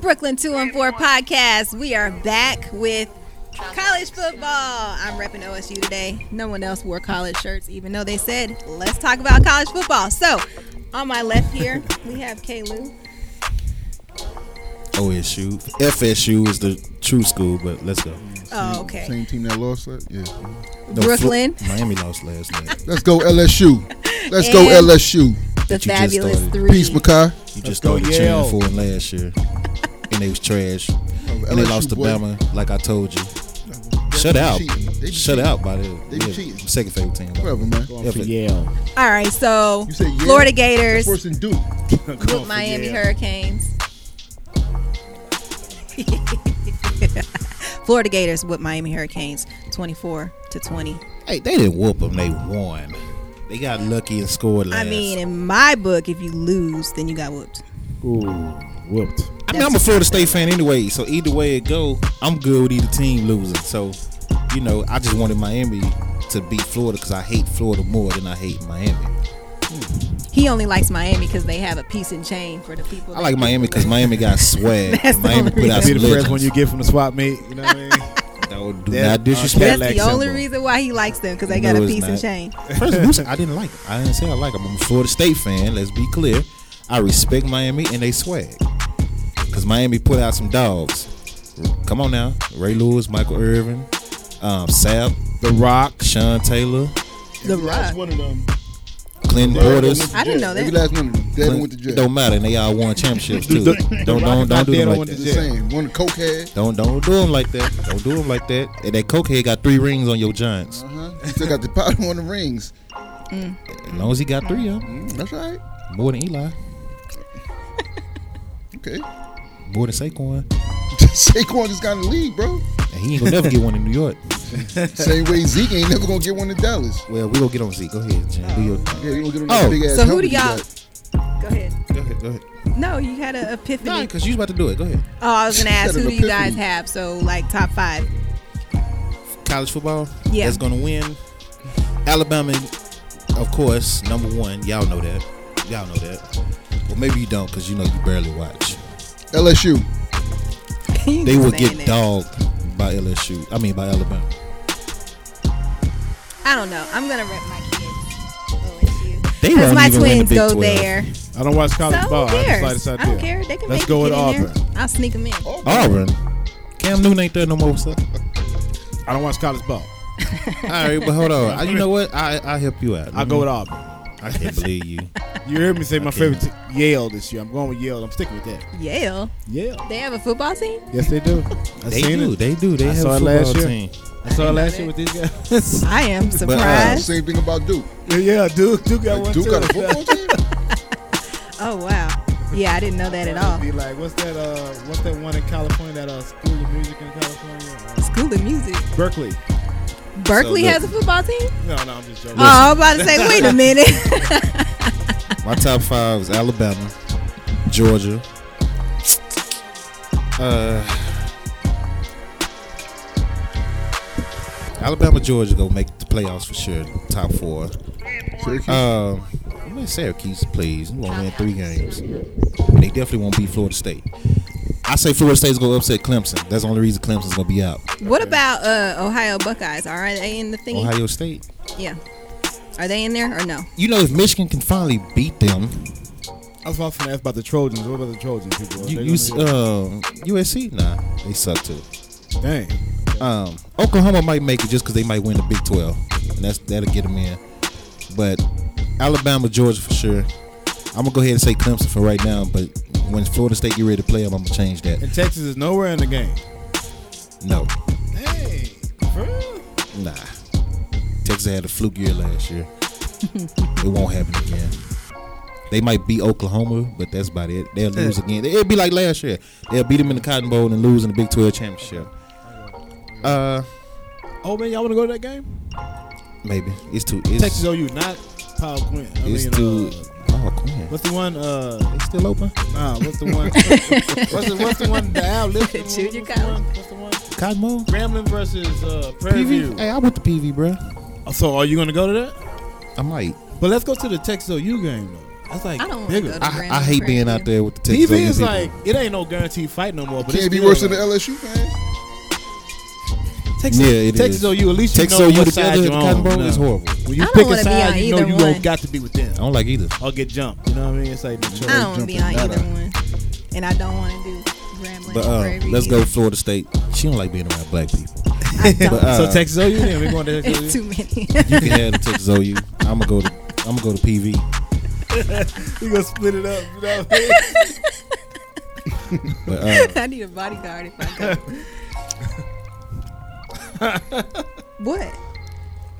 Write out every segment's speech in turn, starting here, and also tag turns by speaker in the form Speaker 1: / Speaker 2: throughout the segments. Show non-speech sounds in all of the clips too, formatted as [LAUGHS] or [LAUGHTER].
Speaker 1: Brooklyn 214 podcast. We are back with college football. I'm repping OSU today. No one else wore college shirts, even though they said, let's talk about college football. So, on my left here, we have Kalu.
Speaker 2: OSU. FSU is the true school, but let's go.
Speaker 1: Oh,
Speaker 3: Same-
Speaker 1: okay.
Speaker 3: Same team that lost that? Yeah.
Speaker 2: No,
Speaker 1: Brooklyn.
Speaker 2: Fl- Miami lost last night.
Speaker 3: Let's go LSU. Let's go
Speaker 1: And-
Speaker 3: LSU.
Speaker 1: The
Speaker 2: That you just
Speaker 1: fabulous
Speaker 2: started.
Speaker 1: three.
Speaker 3: Peace, Makai.
Speaker 2: You just
Speaker 4: go
Speaker 2: started cheering
Speaker 4: Yale.
Speaker 2: for it last year, and they was trash. And they
Speaker 3: LSU
Speaker 2: lost to
Speaker 3: boy.
Speaker 2: Bama, like I told you. Shut out.
Speaker 3: cheating. They be
Speaker 2: Shut
Speaker 3: cheating.
Speaker 2: out by the
Speaker 3: They be cheating.
Speaker 2: second favorite team.
Speaker 3: Whatever, man.
Speaker 4: Going for
Speaker 2: Yeah, but-
Speaker 4: Yale.
Speaker 1: All right, so
Speaker 3: You said yeah.
Speaker 1: Florida
Speaker 3: That's
Speaker 1: Gators
Speaker 3: worse than Duke.
Speaker 4: Going
Speaker 1: with
Speaker 4: for
Speaker 1: Miami
Speaker 4: Yale.
Speaker 1: Hurricanes. [LAUGHS] Florida Gators with Miami Hurricanes 24 to 20.
Speaker 2: Hey, they didn't whoop them. They won. They got lucky and scored last.
Speaker 1: I mean, in my book, if you lose, then you got whooped.
Speaker 4: Ooh, whooped.
Speaker 2: I mean, I'm a Florida State fan anyway, so either way it go, I'm good with either team losing. So, you know, I just wanted Miami to beat Florida because I hate Florida more than I hate Miami.
Speaker 1: He only likes Miami because they have a piece and chain for the people.
Speaker 2: I like Miami because Miami got
Speaker 1: [LAUGHS]
Speaker 2: swag.
Speaker 1: That's
Speaker 2: and
Speaker 1: the
Speaker 2: Miami put out
Speaker 1: only
Speaker 2: some
Speaker 4: Be the first one
Speaker 2: legends.
Speaker 4: you get from the swap meet. You know what I mean?
Speaker 2: No, do
Speaker 4: That-
Speaker 2: not disrespect.
Speaker 1: That's
Speaker 4: Cadillac
Speaker 1: the only
Speaker 4: symbol.
Speaker 1: reason why he likes them because they got
Speaker 2: No,
Speaker 1: a
Speaker 2: it's
Speaker 1: piece and
Speaker 2: not.
Speaker 1: chain.
Speaker 2: [LAUGHS] First of all, I didn't like. Them. I didn't say I like them. I'm a Florida State fan. Let's be clear. I respect Miami and they swag because Miami put out some dogs. Come on now, Ray Lewis, Michael Irvin, um, Sapp,
Speaker 4: The Rock.
Speaker 2: Sean Taylor,
Speaker 1: The
Speaker 3: Every last
Speaker 1: Rock.
Speaker 3: one of them.
Speaker 2: Clinton
Speaker 3: Devin
Speaker 2: Porter.
Speaker 3: went to
Speaker 1: I didn't
Speaker 3: jail.
Speaker 1: know that.
Speaker 3: Every last one of them. Devin went to
Speaker 2: It
Speaker 3: jail.
Speaker 2: don't matter, and they all won championships
Speaker 3: [LAUGHS]
Speaker 2: too.
Speaker 4: The-
Speaker 2: Don't
Speaker 4: the
Speaker 2: don't
Speaker 4: Rockets
Speaker 2: don't
Speaker 4: not
Speaker 2: do
Speaker 4: dead,
Speaker 2: them
Speaker 4: I
Speaker 2: like
Speaker 4: went to
Speaker 2: that.
Speaker 3: It's
Speaker 4: Yeah.
Speaker 3: the same. One of the cokehead.
Speaker 2: Don't don't do them like that. Don't do them like that. And that cokehead got three rings on your Giants.
Speaker 3: Uh-huh. He still got the powder on the rings.
Speaker 2: As long as he got three of them,
Speaker 3: Mm, that's right.
Speaker 2: more than Eli,
Speaker 3: Okay. [LAUGHS]
Speaker 2: more than Saquon,
Speaker 3: Saquon just got in the
Speaker 2: [LAUGHS]
Speaker 3: league, bro.
Speaker 2: and he ain't gonna never get one in New York.
Speaker 3: Same way Zeke ain't never gonna get one in Dallas.
Speaker 2: Well, we gonna get on Zeke. Go ahead, Jen. Do your thing.
Speaker 3: Yeah, you gonna get on
Speaker 2: Oh.
Speaker 3: that big ass
Speaker 1: So who do y'all?
Speaker 3: helmet
Speaker 1: Go ahead.
Speaker 2: Go ahead, go ahead.
Speaker 1: No, you had an epiphany.
Speaker 2: Nah, cause you was about to do it. Go ahead.
Speaker 1: Oh, I was gonna
Speaker 3: She
Speaker 1: ask
Speaker 3: had an
Speaker 1: who do you guys
Speaker 3: epiphany.
Speaker 1: have? So like top five. [LAUGHS]
Speaker 2: College football.
Speaker 1: Yeah.
Speaker 2: That's gonna win. Alabama, of course, number one. Y'all know that. Y'all know that. Well, maybe you don't, cause you know you barely watch.
Speaker 3: you got. LSU.
Speaker 1: You
Speaker 2: They
Speaker 1: just
Speaker 2: will
Speaker 1: saying
Speaker 2: get
Speaker 1: that.
Speaker 2: dogged by LSU. I mean by Alabama.
Speaker 1: I don't know. I'm gonna rep my kids.
Speaker 2: They
Speaker 1: Because
Speaker 2: won't
Speaker 1: my
Speaker 2: even win the
Speaker 1: twins
Speaker 2: Big
Speaker 1: go
Speaker 2: 12.
Speaker 1: there.
Speaker 4: I don't watch
Speaker 1: So
Speaker 4: college
Speaker 1: who
Speaker 4: ball.
Speaker 1: cares?
Speaker 4: I just
Speaker 1: I,
Speaker 4: like this
Speaker 1: don't
Speaker 4: idea.
Speaker 1: care. They can
Speaker 4: Let's
Speaker 1: make
Speaker 4: go
Speaker 1: a
Speaker 4: with
Speaker 1: kid in there.
Speaker 4: Auburn.
Speaker 1: I'll sneak them in.
Speaker 2: Auburn. Cam Newton ain't there no more. So.
Speaker 4: I don't watch college ball.
Speaker 2: [LAUGHS] All right, but hold on. I, you know what? I I help you out.
Speaker 4: I'll go with Auburn.
Speaker 2: I can't believe you.
Speaker 4: You heard me say my
Speaker 2: Okay.
Speaker 4: favorite t- Yale this year. I'm going with Yale. I'm sticking with that.
Speaker 1: Yale.
Speaker 4: Yale.
Speaker 1: They have a football team.
Speaker 4: Yes, they do. I
Speaker 2: They
Speaker 4: seen
Speaker 2: do.
Speaker 4: it.
Speaker 2: They do. They
Speaker 4: I
Speaker 2: have
Speaker 4: saw
Speaker 2: a
Speaker 4: it
Speaker 2: football
Speaker 4: last year.
Speaker 2: team.
Speaker 4: I saw it last
Speaker 1: know
Speaker 4: year with these guys.
Speaker 1: I am
Speaker 2: uh,
Speaker 1: surprised.
Speaker 3: Same thing about Duke.
Speaker 4: yeah, Duke. Duke got one
Speaker 3: Duke
Speaker 4: too.
Speaker 3: got a
Speaker 4: [LAUGHS]
Speaker 3: football team?
Speaker 1: oh wow. Yeah, I didn't know that at all.
Speaker 4: Be like, what's that? Uh, what's that one in California? That uh, school of music in California? Uh,
Speaker 1: School of Music.
Speaker 4: Berkeley.
Speaker 1: Berkeley
Speaker 2: So look-
Speaker 1: has a football team.
Speaker 4: No, no, I'm just joking.
Speaker 1: Oh, I'm about to say, wait a minute. [LAUGHS]
Speaker 2: My top five is Alabama, Georgia. Uh, Alabama, Georgia gonna make the playoffs for sure. Top four.
Speaker 3: Syracuse.
Speaker 2: Um, I'm gonna Syracuse, please. We won't win three games. They definitely won't beat Florida State. I say Florida State's gonna upset Clemson. That's the only reason Clemson's gonna be out.
Speaker 1: what about uh, Ohio Buckeyes? Are they in the thingy?
Speaker 2: Ohio State.
Speaker 1: Yeah. Are they in there or no?
Speaker 2: You know, if Michigan can finally beat them,
Speaker 4: I was about to ask about the Trojans. What about the Trojans people? Are
Speaker 2: you,
Speaker 4: they
Speaker 2: you
Speaker 4: gonna-
Speaker 2: uh, USC, nah, they suck too.
Speaker 4: dang.
Speaker 2: Um, Oklahoma might make it just because they might win the Big 12, and that's that'll get them in. But Alabama, Georgia for sure. I'm gonna go ahead and say Clemson for right now, but when Florida State get ready to play them, I'm gonna change that.
Speaker 4: And Texas is nowhere in the game.
Speaker 2: No,
Speaker 4: Hey, for real?
Speaker 2: nah. Texas had a fluke year last
Speaker 4: [LAUGHS]
Speaker 2: year. it won't happen again. They might beat Oklahoma, but that's about it. They'll lose again. It'll be like last year. They'll beat them in the Cotton Bowl and lose in the Big 12 championship. Uh,
Speaker 4: Oh man, y'all want to go to that game?
Speaker 2: maybe it's too. It's,
Speaker 4: Texas OU, not Kyle Quinn. I
Speaker 2: It's
Speaker 4: mean,
Speaker 2: too.
Speaker 4: uh,
Speaker 2: Oh, Quinn.
Speaker 4: what's the one? Uh,
Speaker 2: They still open?
Speaker 4: nah, what's
Speaker 2: [LAUGHS]
Speaker 4: the one? what's the what's the one? The Al
Speaker 1: [LAUGHS]
Speaker 4: Lipton.
Speaker 1: Junior
Speaker 4: one? What's the
Speaker 1: college.
Speaker 4: one? What's the one?
Speaker 2: Cotton Bowl?
Speaker 4: Grambling versus uh, Prairie View. Oh,
Speaker 2: PV? Hey, I went to PV, bro.
Speaker 4: So, are you gonna go to that?
Speaker 2: I might.
Speaker 4: But let's go to the Texas OU game though. I was like,
Speaker 1: I don't want to
Speaker 4: bigger.
Speaker 1: go to
Speaker 2: I,
Speaker 1: Grand
Speaker 2: I hate
Speaker 1: Prairie.
Speaker 2: being out there with the Texas
Speaker 4: DV is
Speaker 2: people.
Speaker 4: like it ain't no guaranteed fight no more. But
Speaker 3: Can't
Speaker 4: it's
Speaker 3: be
Speaker 4: still
Speaker 3: worse than the
Speaker 4: like-
Speaker 3: LSU fans.
Speaker 4: Texas,
Speaker 2: Yeah, it
Speaker 4: Texas
Speaker 2: is.
Speaker 4: OU. At least you
Speaker 2: Texas
Speaker 4: know
Speaker 2: OU
Speaker 4: what
Speaker 2: together
Speaker 4: side
Speaker 2: at
Speaker 4: you're
Speaker 2: the Cotton
Speaker 4: on.
Speaker 2: Bowl
Speaker 4: No.
Speaker 2: is horrible.
Speaker 4: When you
Speaker 1: I don't
Speaker 4: pick
Speaker 1: wanna
Speaker 4: a
Speaker 1: be on
Speaker 4: side, you know
Speaker 1: either
Speaker 4: you
Speaker 1: one.
Speaker 4: gonna got to be with
Speaker 2: I
Speaker 4: them
Speaker 2: don't like either.
Speaker 4: or get jumped. You know what I mean? It's like no choice.
Speaker 1: I don't want to be on
Speaker 3: Jumping
Speaker 1: either
Speaker 3: that up.
Speaker 1: one, and I don't want to do Grambling.
Speaker 2: But uh,
Speaker 1: Prairie
Speaker 2: let's
Speaker 1: either.
Speaker 2: go Florida State. She don't like being around black people.
Speaker 1: I
Speaker 4: [LAUGHS]
Speaker 1: don't.
Speaker 2: But, uh,
Speaker 4: so Texas OU. Then we going to
Speaker 1: [LAUGHS] it's [LAUGHS]
Speaker 4: Texas.
Speaker 1: too many.
Speaker 2: You can have the Texas OU. I'm gonna go to I'm gonna go to PV.
Speaker 4: We gonna split it up. You know what I mean?
Speaker 2: But uh,
Speaker 1: I need a bodyguard if I go. what?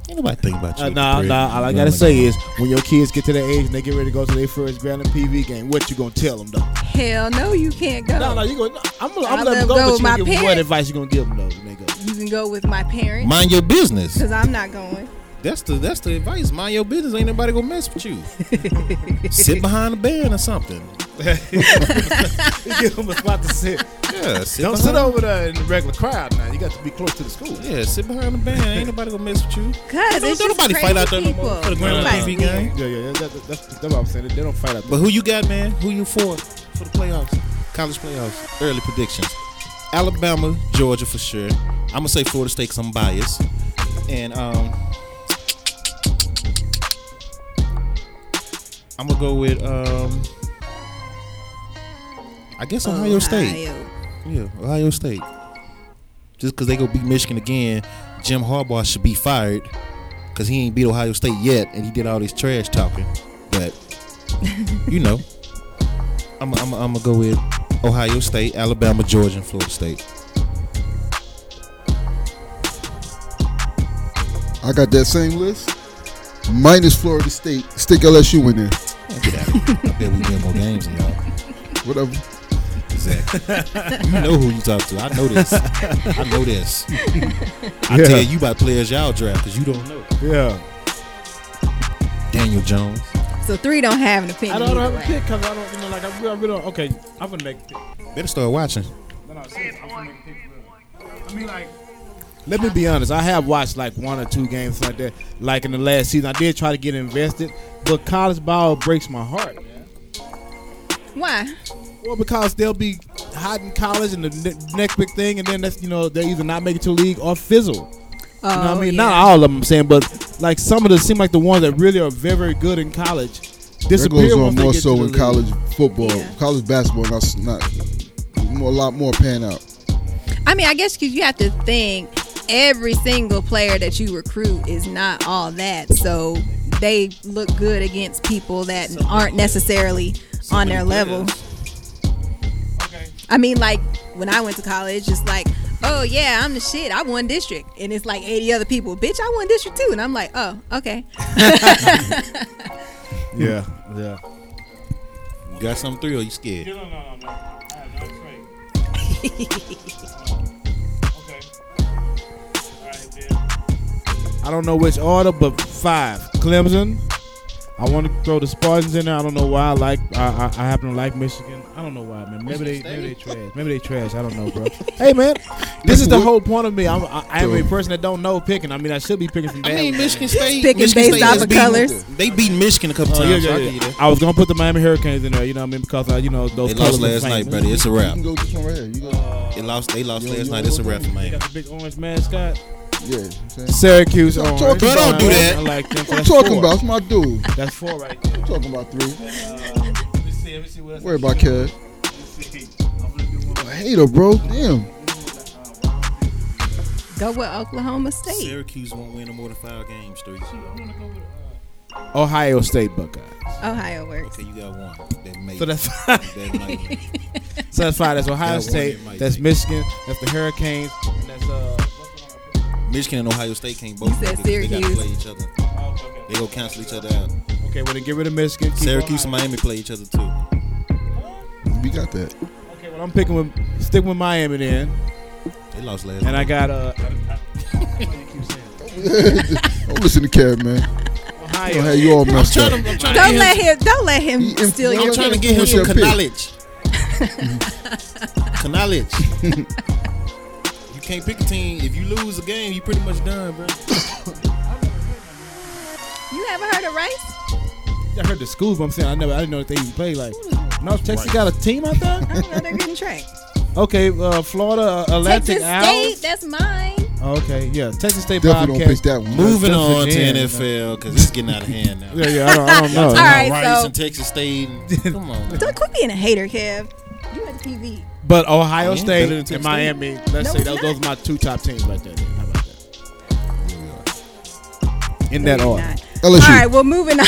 Speaker 2: ain't nobody think about you.
Speaker 4: Uh,
Speaker 2: at the
Speaker 4: nah,
Speaker 2: crib.
Speaker 4: nah. All I
Speaker 2: You know
Speaker 4: gotta
Speaker 2: what
Speaker 4: say
Speaker 2: mean?
Speaker 4: is when your kids get to that age and they get ready to go to their first Grand PV game, what you gonna tell them though?
Speaker 1: Hell no, you can't go.
Speaker 4: No, no. You gonna I'm gonna, I'm
Speaker 1: I
Speaker 4: gonna let
Speaker 1: let
Speaker 4: them
Speaker 1: go
Speaker 4: go. but
Speaker 1: with
Speaker 4: you
Speaker 1: my
Speaker 4: gonna give them- what
Speaker 1: parents.
Speaker 4: advice you gonna give them though,
Speaker 1: [LAUGHS]
Speaker 4: nigga?
Speaker 1: You can go with my [LAUGHS] parents
Speaker 2: mind your business.
Speaker 1: because I'm not going.
Speaker 2: That's the that's the advice. Mind your business. Ain't nobody gonna mess with
Speaker 4: [LAUGHS]
Speaker 2: you. Sit behind a band or something.
Speaker 4: give them a spot to sit.
Speaker 2: Yeah, sit
Speaker 1: Uh-huh.
Speaker 2: behind,
Speaker 4: Don't sit over there in the regular crowd now. You got to be close to the school.
Speaker 2: Yeah, sit behind a band. Ain't nobody gonna mess with you.
Speaker 1: Cause
Speaker 2: Don't-
Speaker 1: it's
Speaker 2: don't
Speaker 1: just
Speaker 2: nobody
Speaker 1: crazy
Speaker 2: fight out there no
Speaker 1: people.
Speaker 2: more for the Grand
Speaker 1: Somebody's
Speaker 2: Prix
Speaker 1: weird.
Speaker 2: game.
Speaker 4: Yeah, yeah, yeah, that, that, that's, that's what I'm saying. They don't fight out
Speaker 2: But
Speaker 4: there.
Speaker 2: who you got, man? Who you for for the playoffs? College playoffs. Early predictions. Alabama, Georgia for sure. I'm gonna say Florida State 'cause I'm biased. And um I'm gonna go with um I guess Ohio State.
Speaker 1: Ohio.
Speaker 2: Yeah, Ohio State. Just cause they go beat Michigan again, Jim Harbaugh should be fired. Cause he ain't beat Ohio State yet and he did all this trash talking. But you know. I'm I'm I'm gonna go with Ohio State, Alabama, Georgia, and Florida State.
Speaker 3: I got that same list. Minus Florida State. Stick LSU in there.
Speaker 2: Man, get out of here. I bet we win more games than y'all.
Speaker 3: Whatever.
Speaker 2: Exactly. you know who you talk to. I know this. I know this. I
Speaker 4: Yeah.
Speaker 2: tell you about players y'all draft because you don't know.
Speaker 4: Yeah.
Speaker 2: Daniel Jones.
Speaker 1: So three don't have an
Speaker 4: I
Speaker 1: opinion.
Speaker 4: don't, I don't
Speaker 1: either
Speaker 4: have a
Speaker 1: way.
Speaker 4: pick because I don't, you know, like, I really, I really don't. Okay, I'm going to make a pick.
Speaker 2: Better start watching.
Speaker 4: No, no, seriously, I'm gonna make a pick for them. I mean, like. Let me be honest. I have watched like one or two games like that, like in the last season. I did try to get invested, but college ball breaks my heart. man.
Speaker 1: Why?
Speaker 4: Well, because they'll be hot in college and the ne- next big thing, and then that's you know they either not make it to the league or fizzle.
Speaker 1: Oh,
Speaker 4: You know what I mean?
Speaker 1: yeah.
Speaker 4: Not all of them, I'm saying, but like some of them seem like the ones that really are very, very good in college
Speaker 3: That
Speaker 4: disappear
Speaker 3: goes on
Speaker 4: once they
Speaker 3: more
Speaker 4: get
Speaker 3: so
Speaker 4: to the
Speaker 3: in
Speaker 4: league.
Speaker 3: college football,
Speaker 1: Yeah.
Speaker 3: college basketball. That's not more, a lot more pan out.
Speaker 1: I mean, I guess because you have to think every single player that you recruit is not all that. So they look good against people that aren't necessarily on their level. I mean, like when I went to college, it's like, oh yeah, I'm the shit. I won district, and it's like 80 other people. Bitch, I won district too, and I'm like, oh okay.
Speaker 4: Yeah, yeah.
Speaker 2: You got something through or you scared?
Speaker 4: no, no, no. Oh, I don't know which order, but five. Clemson. I want to throw the Spartans in there. I don't know why I like. I, I, I happen to like Michigan. I don't know why, man. Maybe they maybe they trash. Maybe they trash. I don't know, bro. hey, man, this is the whole point of me. I'm, I, I am a person that don't know picking. I mean, I should be picking from
Speaker 2: I
Speaker 4: bad. [LAUGHS]
Speaker 2: mean,
Speaker 4: ones.
Speaker 2: Michigan State.
Speaker 1: Picking
Speaker 2: Michigan
Speaker 1: based
Speaker 2: State
Speaker 1: off
Speaker 2: has
Speaker 1: of
Speaker 2: beaten-
Speaker 1: colors.
Speaker 2: They beat Michigan a couple
Speaker 4: Oh,
Speaker 2: times.
Speaker 4: yeah,
Speaker 2: so I
Speaker 4: yeah,
Speaker 2: give you
Speaker 4: yeah.
Speaker 2: that.
Speaker 4: I was gonna put the Miami Hurricanes in there, you know what I mean? Because uh, you know those
Speaker 2: They lost
Speaker 4: colors
Speaker 2: last
Speaker 4: are
Speaker 2: night,
Speaker 4: famous.
Speaker 2: brother. It's a
Speaker 3: You
Speaker 2: wrap.
Speaker 3: can go this one right here. You go,
Speaker 2: They lost. They lost
Speaker 3: Yo,
Speaker 2: last
Speaker 3: yo,
Speaker 2: night. It's a wrap for
Speaker 4: They
Speaker 2: Miami.
Speaker 4: got the big orange mascot.
Speaker 3: yeah. you know what I'm saying?
Speaker 4: Syracuse
Speaker 3: What I'm talking
Speaker 4: orange.
Speaker 2: Bro, don't do
Speaker 4: I
Speaker 2: that.
Speaker 4: like- I like them. So
Speaker 3: What I'm
Speaker 4: that's
Speaker 3: talking
Speaker 4: four.
Speaker 3: about? It's my dude.
Speaker 4: That's four right there.
Speaker 3: I'm talking about three.
Speaker 4: Uh, let me see. Let me see what else.
Speaker 3: Worry about Kev.
Speaker 4: Let me see. I'm gonna do one.
Speaker 3: A hater, bro. Damn.
Speaker 1: Go with Oklahoma State.
Speaker 2: Syracuse won't win no more than five games. Three.
Speaker 4: Ohio State Buckeyes.
Speaker 1: Ohio works.
Speaker 2: Okay, you got one. That may.
Speaker 4: So
Speaker 2: [LAUGHS]
Speaker 4: that's five.
Speaker 2: that might.
Speaker 4: So that's five. That's Ohio
Speaker 2: one
Speaker 4: State.
Speaker 2: that might
Speaker 4: That's
Speaker 2: take.
Speaker 4: Michigan. That's the Hurricanes. And that's uh.
Speaker 2: [LAUGHS] Michigan and Ohio State can't both.
Speaker 1: You said
Speaker 2: play because They
Speaker 1: Syracuse.
Speaker 2: gotta play each other. They go cancel each other out.
Speaker 4: Okay, well then get rid of Michigan. keep
Speaker 2: Syracuse
Speaker 4: Ohio.
Speaker 2: and Miami play each other too.
Speaker 3: We got that.
Speaker 4: Okay, well I'm picking with stick with Miami then,
Speaker 2: They lost last
Speaker 4: and
Speaker 2: night.
Speaker 4: I got uh.
Speaker 3: Don't listen to Kev, man. I don't
Speaker 4: Ohio.
Speaker 3: have you all messed up.
Speaker 2: I'm trying
Speaker 1: Don't let him. Don't let him
Speaker 3: He influenced-
Speaker 1: steal
Speaker 3: I'm
Speaker 1: your.
Speaker 3: trying
Speaker 2: to
Speaker 3: to
Speaker 2: get him
Speaker 3: get him
Speaker 2: to
Speaker 3: some
Speaker 1: [LAUGHS]
Speaker 2: knowledge. To knowledge. [LAUGHS] you can't pick a team. If you lose a game, you pretty much done, bro.
Speaker 1: You ever heard of Rice?
Speaker 4: I heard the schools, but I'm saying I never, I didn't know that they even played. Like, North Texas got a team out there.
Speaker 1: I don't know they're getting
Speaker 4: [LAUGHS]
Speaker 1: tracked.
Speaker 4: Okay, uh, Florida uh, Atlantic
Speaker 1: Texas State,
Speaker 4: Owls.
Speaker 1: that's mine.
Speaker 4: Okay, yeah, Texas State
Speaker 3: Definitely don't pick that
Speaker 4: Bobcats.
Speaker 3: one.
Speaker 2: Moving
Speaker 4: That's
Speaker 2: on to
Speaker 4: Virginia.
Speaker 2: NFL because it's getting out of hand now.
Speaker 4: Yeah, yeah, I don't, I don't know.
Speaker 1: All
Speaker 2: All
Speaker 1: right,
Speaker 2: right,
Speaker 1: so-
Speaker 2: and Texas State. [LAUGHS] Come on, man.
Speaker 1: Don't quit being a hater, Kev. You at the TV.
Speaker 4: But Ohio
Speaker 2: Yeah,
Speaker 4: State
Speaker 2: better than
Speaker 4: and,
Speaker 2: Texas
Speaker 4: Miami, let's
Speaker 1: No,
Speaker 4: say
Speaker 1: it's
Speaker 4: those,
Speaker 1: not.
Speaker 4: those are my two top teams right there. then. How about that? In that order.
Speaker 1: Not. All
Speaker 3: LSU.
Speaker 1: right, well, moving on.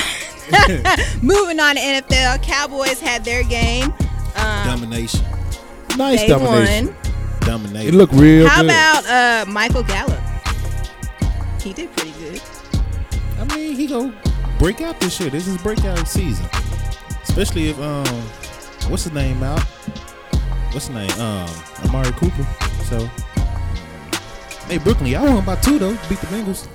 Speaker 4: [LAUGHS]
Speaker 1: [LAUGHS] moving on to NFL. Cowboys had their game. Um,
Speaker 2: Domination,
Speaker 4: Nice
Speaker 1: they
Speaker 4: domination.
Speaker 1: won.
Speaker 2: domination.
Speaker 4: It looked real
Speaker 1: How
Speaker 4: good.
Speaker 1: about uh, Michael Gallup? He did pretty good.
Speaker 2: I mean, he go break out this year. This is breakout season, especially if um, what's his name out? What's his name? Um, Amari Cooper. So, hey, Brooklyn, y'all won by two though. Beat the Bengals.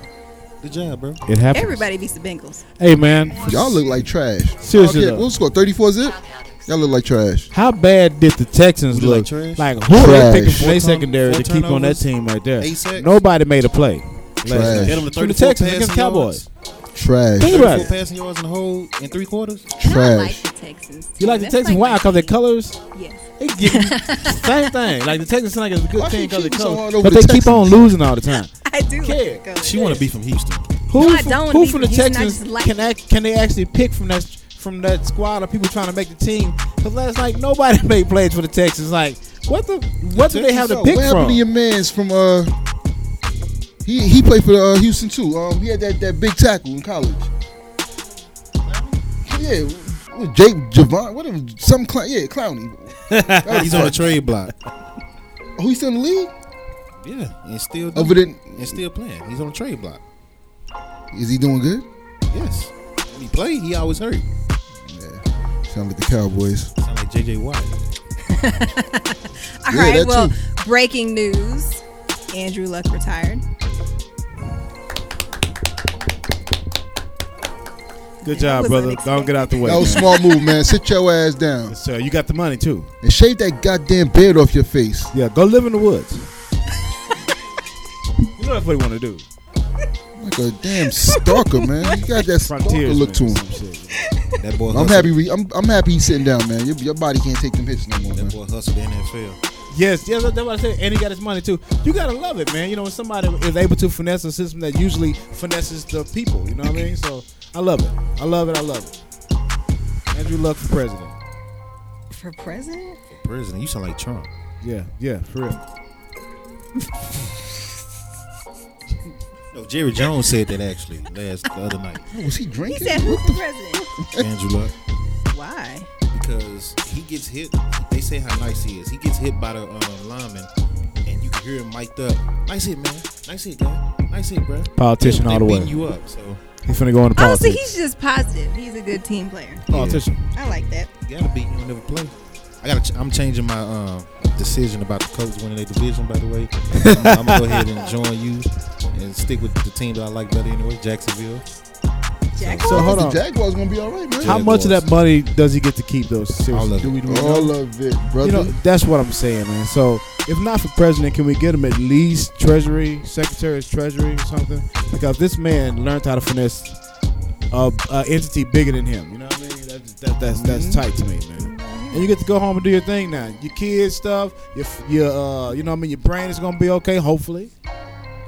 Speaker 2: Good job, bro.
Speaker 4: it happened?
Speaker 1: Everybody beats the Bengals.
Speaker 4: Hey man,
Speaker 3: Y'all look like trash.
Speaker 4: Seriously,
Speaker 3: Okay,
Speaker 4: though.
Speaker 3: What score? 34 zip? Y'all look like trash.
Speaker 4: how bad did the Texans
Speaker 2: We look like
Speaker 4: look?
Speaker 2: trash.
Speaker 4: Like, who are
Speaker 3: Trash.
Speaker 4: they picking from
Speaker 2: Four
Speaker 4: their
Speaker 2: turn-
Speaker 4: secondary
Speaker 2: four
Speaker 4: to keep on that
Speaker 2: turnovers,
Speaker 4: team right there?
Speaker 2: eight sacks.
Speaker 4: Nobody made a play.
Speaker 3: Trash.
Speaker 2: Hit him the
Speaker 4: From the
Speaker 2: 34
Speaker 4: Texans
Speaker 2: passing
Speaker 4: against Cowboys.
Speaker 2: yards.
Speaker 3: Trash.
Speaker 4: Think about
Speaker 2: 34
Speaker 4: it.
Speaker 2: passing yards in the whole in three quarters.
Speaker 1: I like
Speaker 3: Trash.
Speaker 1: the Texans.
Speaker 4: You like the
Speaker 1: That's
Speaker 4: Texans? Why?
Speaker 1: my
Speaker 4: Because their
Speaker 1: team.
Speaker 4: colors.
Speaker 1: Yes.
Speaker 4: It give you same thing. Like the Texans sound like it's a good
Speaker 3: Why
Speaker 4: team
Speaker 3: she
Speaker 4: because of
Speaker 3: cheating so
Speaker 4: colors.
Speaker 3: hard over
Speaker 4: But
Speaker 3: the
Speaker 4: they keep on
Speaker 3: Texans?
Speaker 4: losing all the time.
Speaker 1: [LAUGHS] I do.
Speaker 4: Care.
Speaker 1: Like the colors.
Speaker 2: She want to be from Houston.
Speaker 4: Who,
Speaker 1: No, I
Speaker 4: from,
Speaker 1: don't
Speaker 4: who
Speaker 1: leave
Speaker 4: from the
Speaker 1: Houston, I
Speaker 4: Texans
Speaker 1: just like
Speaker 4: can
Speaker 1: it.
Speaker 4: act, can they actually pick from that from that squad of people trying to make the team? Because last night nobody [LAUGHS] made plays for the Texans. Like what the what do they have to
Speaker 3: So,
Speaker 4: pick
Speaker 3: what happened
Speaker 4: from?
Speaker 3: to your man's from uh? He he played for uh, Houston too. Um, he had that, that big tackle in college. Yeah, with Jake Javon, whatever, some clown. Yeah, Clowney.
Speaker 2: [LAUGHS]
Speaker 4: [LAUGHS]
Speaker 2: He's on the trade block.
Speaker 3: Oh, he's still in the league.
Speaker 2: [LAUGHS] Yeah, and still
Speaker 3: Other
Speaker 2: doing-
Speaker 3: than-
Speaker 2: and still playing. He's on the trade block.
Speaker 3: Is he doing good?
Speaker 2: Yes, when he play, he always hurt.
Speaker 3: Sound like the Cowboys.
Speaker 2: Sound like JJ Watt.
Speaker 1: All
Speaker 3: Yeah,
Speaker 1: right.
Speaker 3: that
Speaker 1: Well,
Speaker 3: too.
Speaker 1: breaking news: Andrew Luck retired.
Speaker 4: Good
Speaker 1: That
Speaker 4: job,
Speaker 1: was
Speaker 4: brother. Don't
Speaker 1: unexpected.
Speaker 4: get out the way.
Speaker 3: That was a
Speaker 4: man.
Speaker 3: small move, man. Sit your ass down
Speaker 4: Yes, sir. You got the money too.
Speaker 3: and shave that goddamn beard off your face.
Speaker 4: Yeah, go live in the woods. [LAUGHS] you know that's what he want to do.
Speaker 3: Like a damn stalker, man. You got that stalker
Speaker 4: [LAUGHS] Frontiers
Speaker 3: look to
Speaker 4: man,
Speaker 3: him.
Speaker 4: some shit.
Speaker 2: That boy.
Speaker 3: I'm
Speaker 2: hustled-
Speaker 3: happy. We, I'm, I'm happy he's sitting down, man. Your, your body can't take them hits no more, man.
Speaker 2: That boy hustled the NFL.
Speaker 4: Yes, yes, that's what I said. And he got his money too. You gotta love it, man. You know, when somebody is able to finesse a system that usually finesses the people, you know what I mean? So I love it. I love it. I love it. Andrew Luck for president.
Speaker 1: For president?
Speaker 2: President, you sound like Trump.
Speaker 4: Yeah, yeah, for real.
Speaker 2: No, Jerry Jones said that actually last the other night.
Speaker 3: Was he
Speaker 1: He
Speaker 3: drinking?
Speaker 1: said, "Who's for president?
Speaker 2: Andrew Luck,
Speaker 1: Why?"
Speaker 2: because he gets hit. They say how nice he is. He gets hit by the um, lineman, and you can hear him mic'd up. Nice hit, man. Nice hit, guy. Nice hit, bro.
Speaker 4: Politician
Speaker 2: they,
Speaker 4: all the
Speaker 2: they
Speaker 4: way.
Speaker 2: beating You up, so
Speaker 4: He's finna go into
Speaker 1: Honestly,
Speaker 4: politics.
Speaker 1: he's just positive. He's a good team player.
Speaker 4: politician.
Speaker 1: I like that.
Speaker 2: you gotta beat. You don't never play. I gotta. Ch- I'm changing my um, decision about the Colts winning their division. By the way, I'm, I'm gonna go ahead and join you and stick with the team that I like better anyway, Jacksonville.
Speaker 1: Jack.
Speaker 4: So hold
Speaker 3: The
Speaker 4: on.
Speaker 3: Jaguars gonna be all right, man.
Speaker 4: How much of that money does he get to keep though? Seriously.
Speaker 2: All of
Speaker 4: do we do we know?
Speaker 3: All of it, brother.
Speaker 4: You know, that's what I'm saying, man. So if not for president, can we get him at least treasury, secretary of treasury, or something? Because this man learned how to finesse a, a entity bigger than him. You know what I mean? That's that, that's that's tight to me, man. And you get to go home and do your thing now. Your kids stuff, your f- your uh, you know what I mean. Your brain is gonna be okay, hopefully.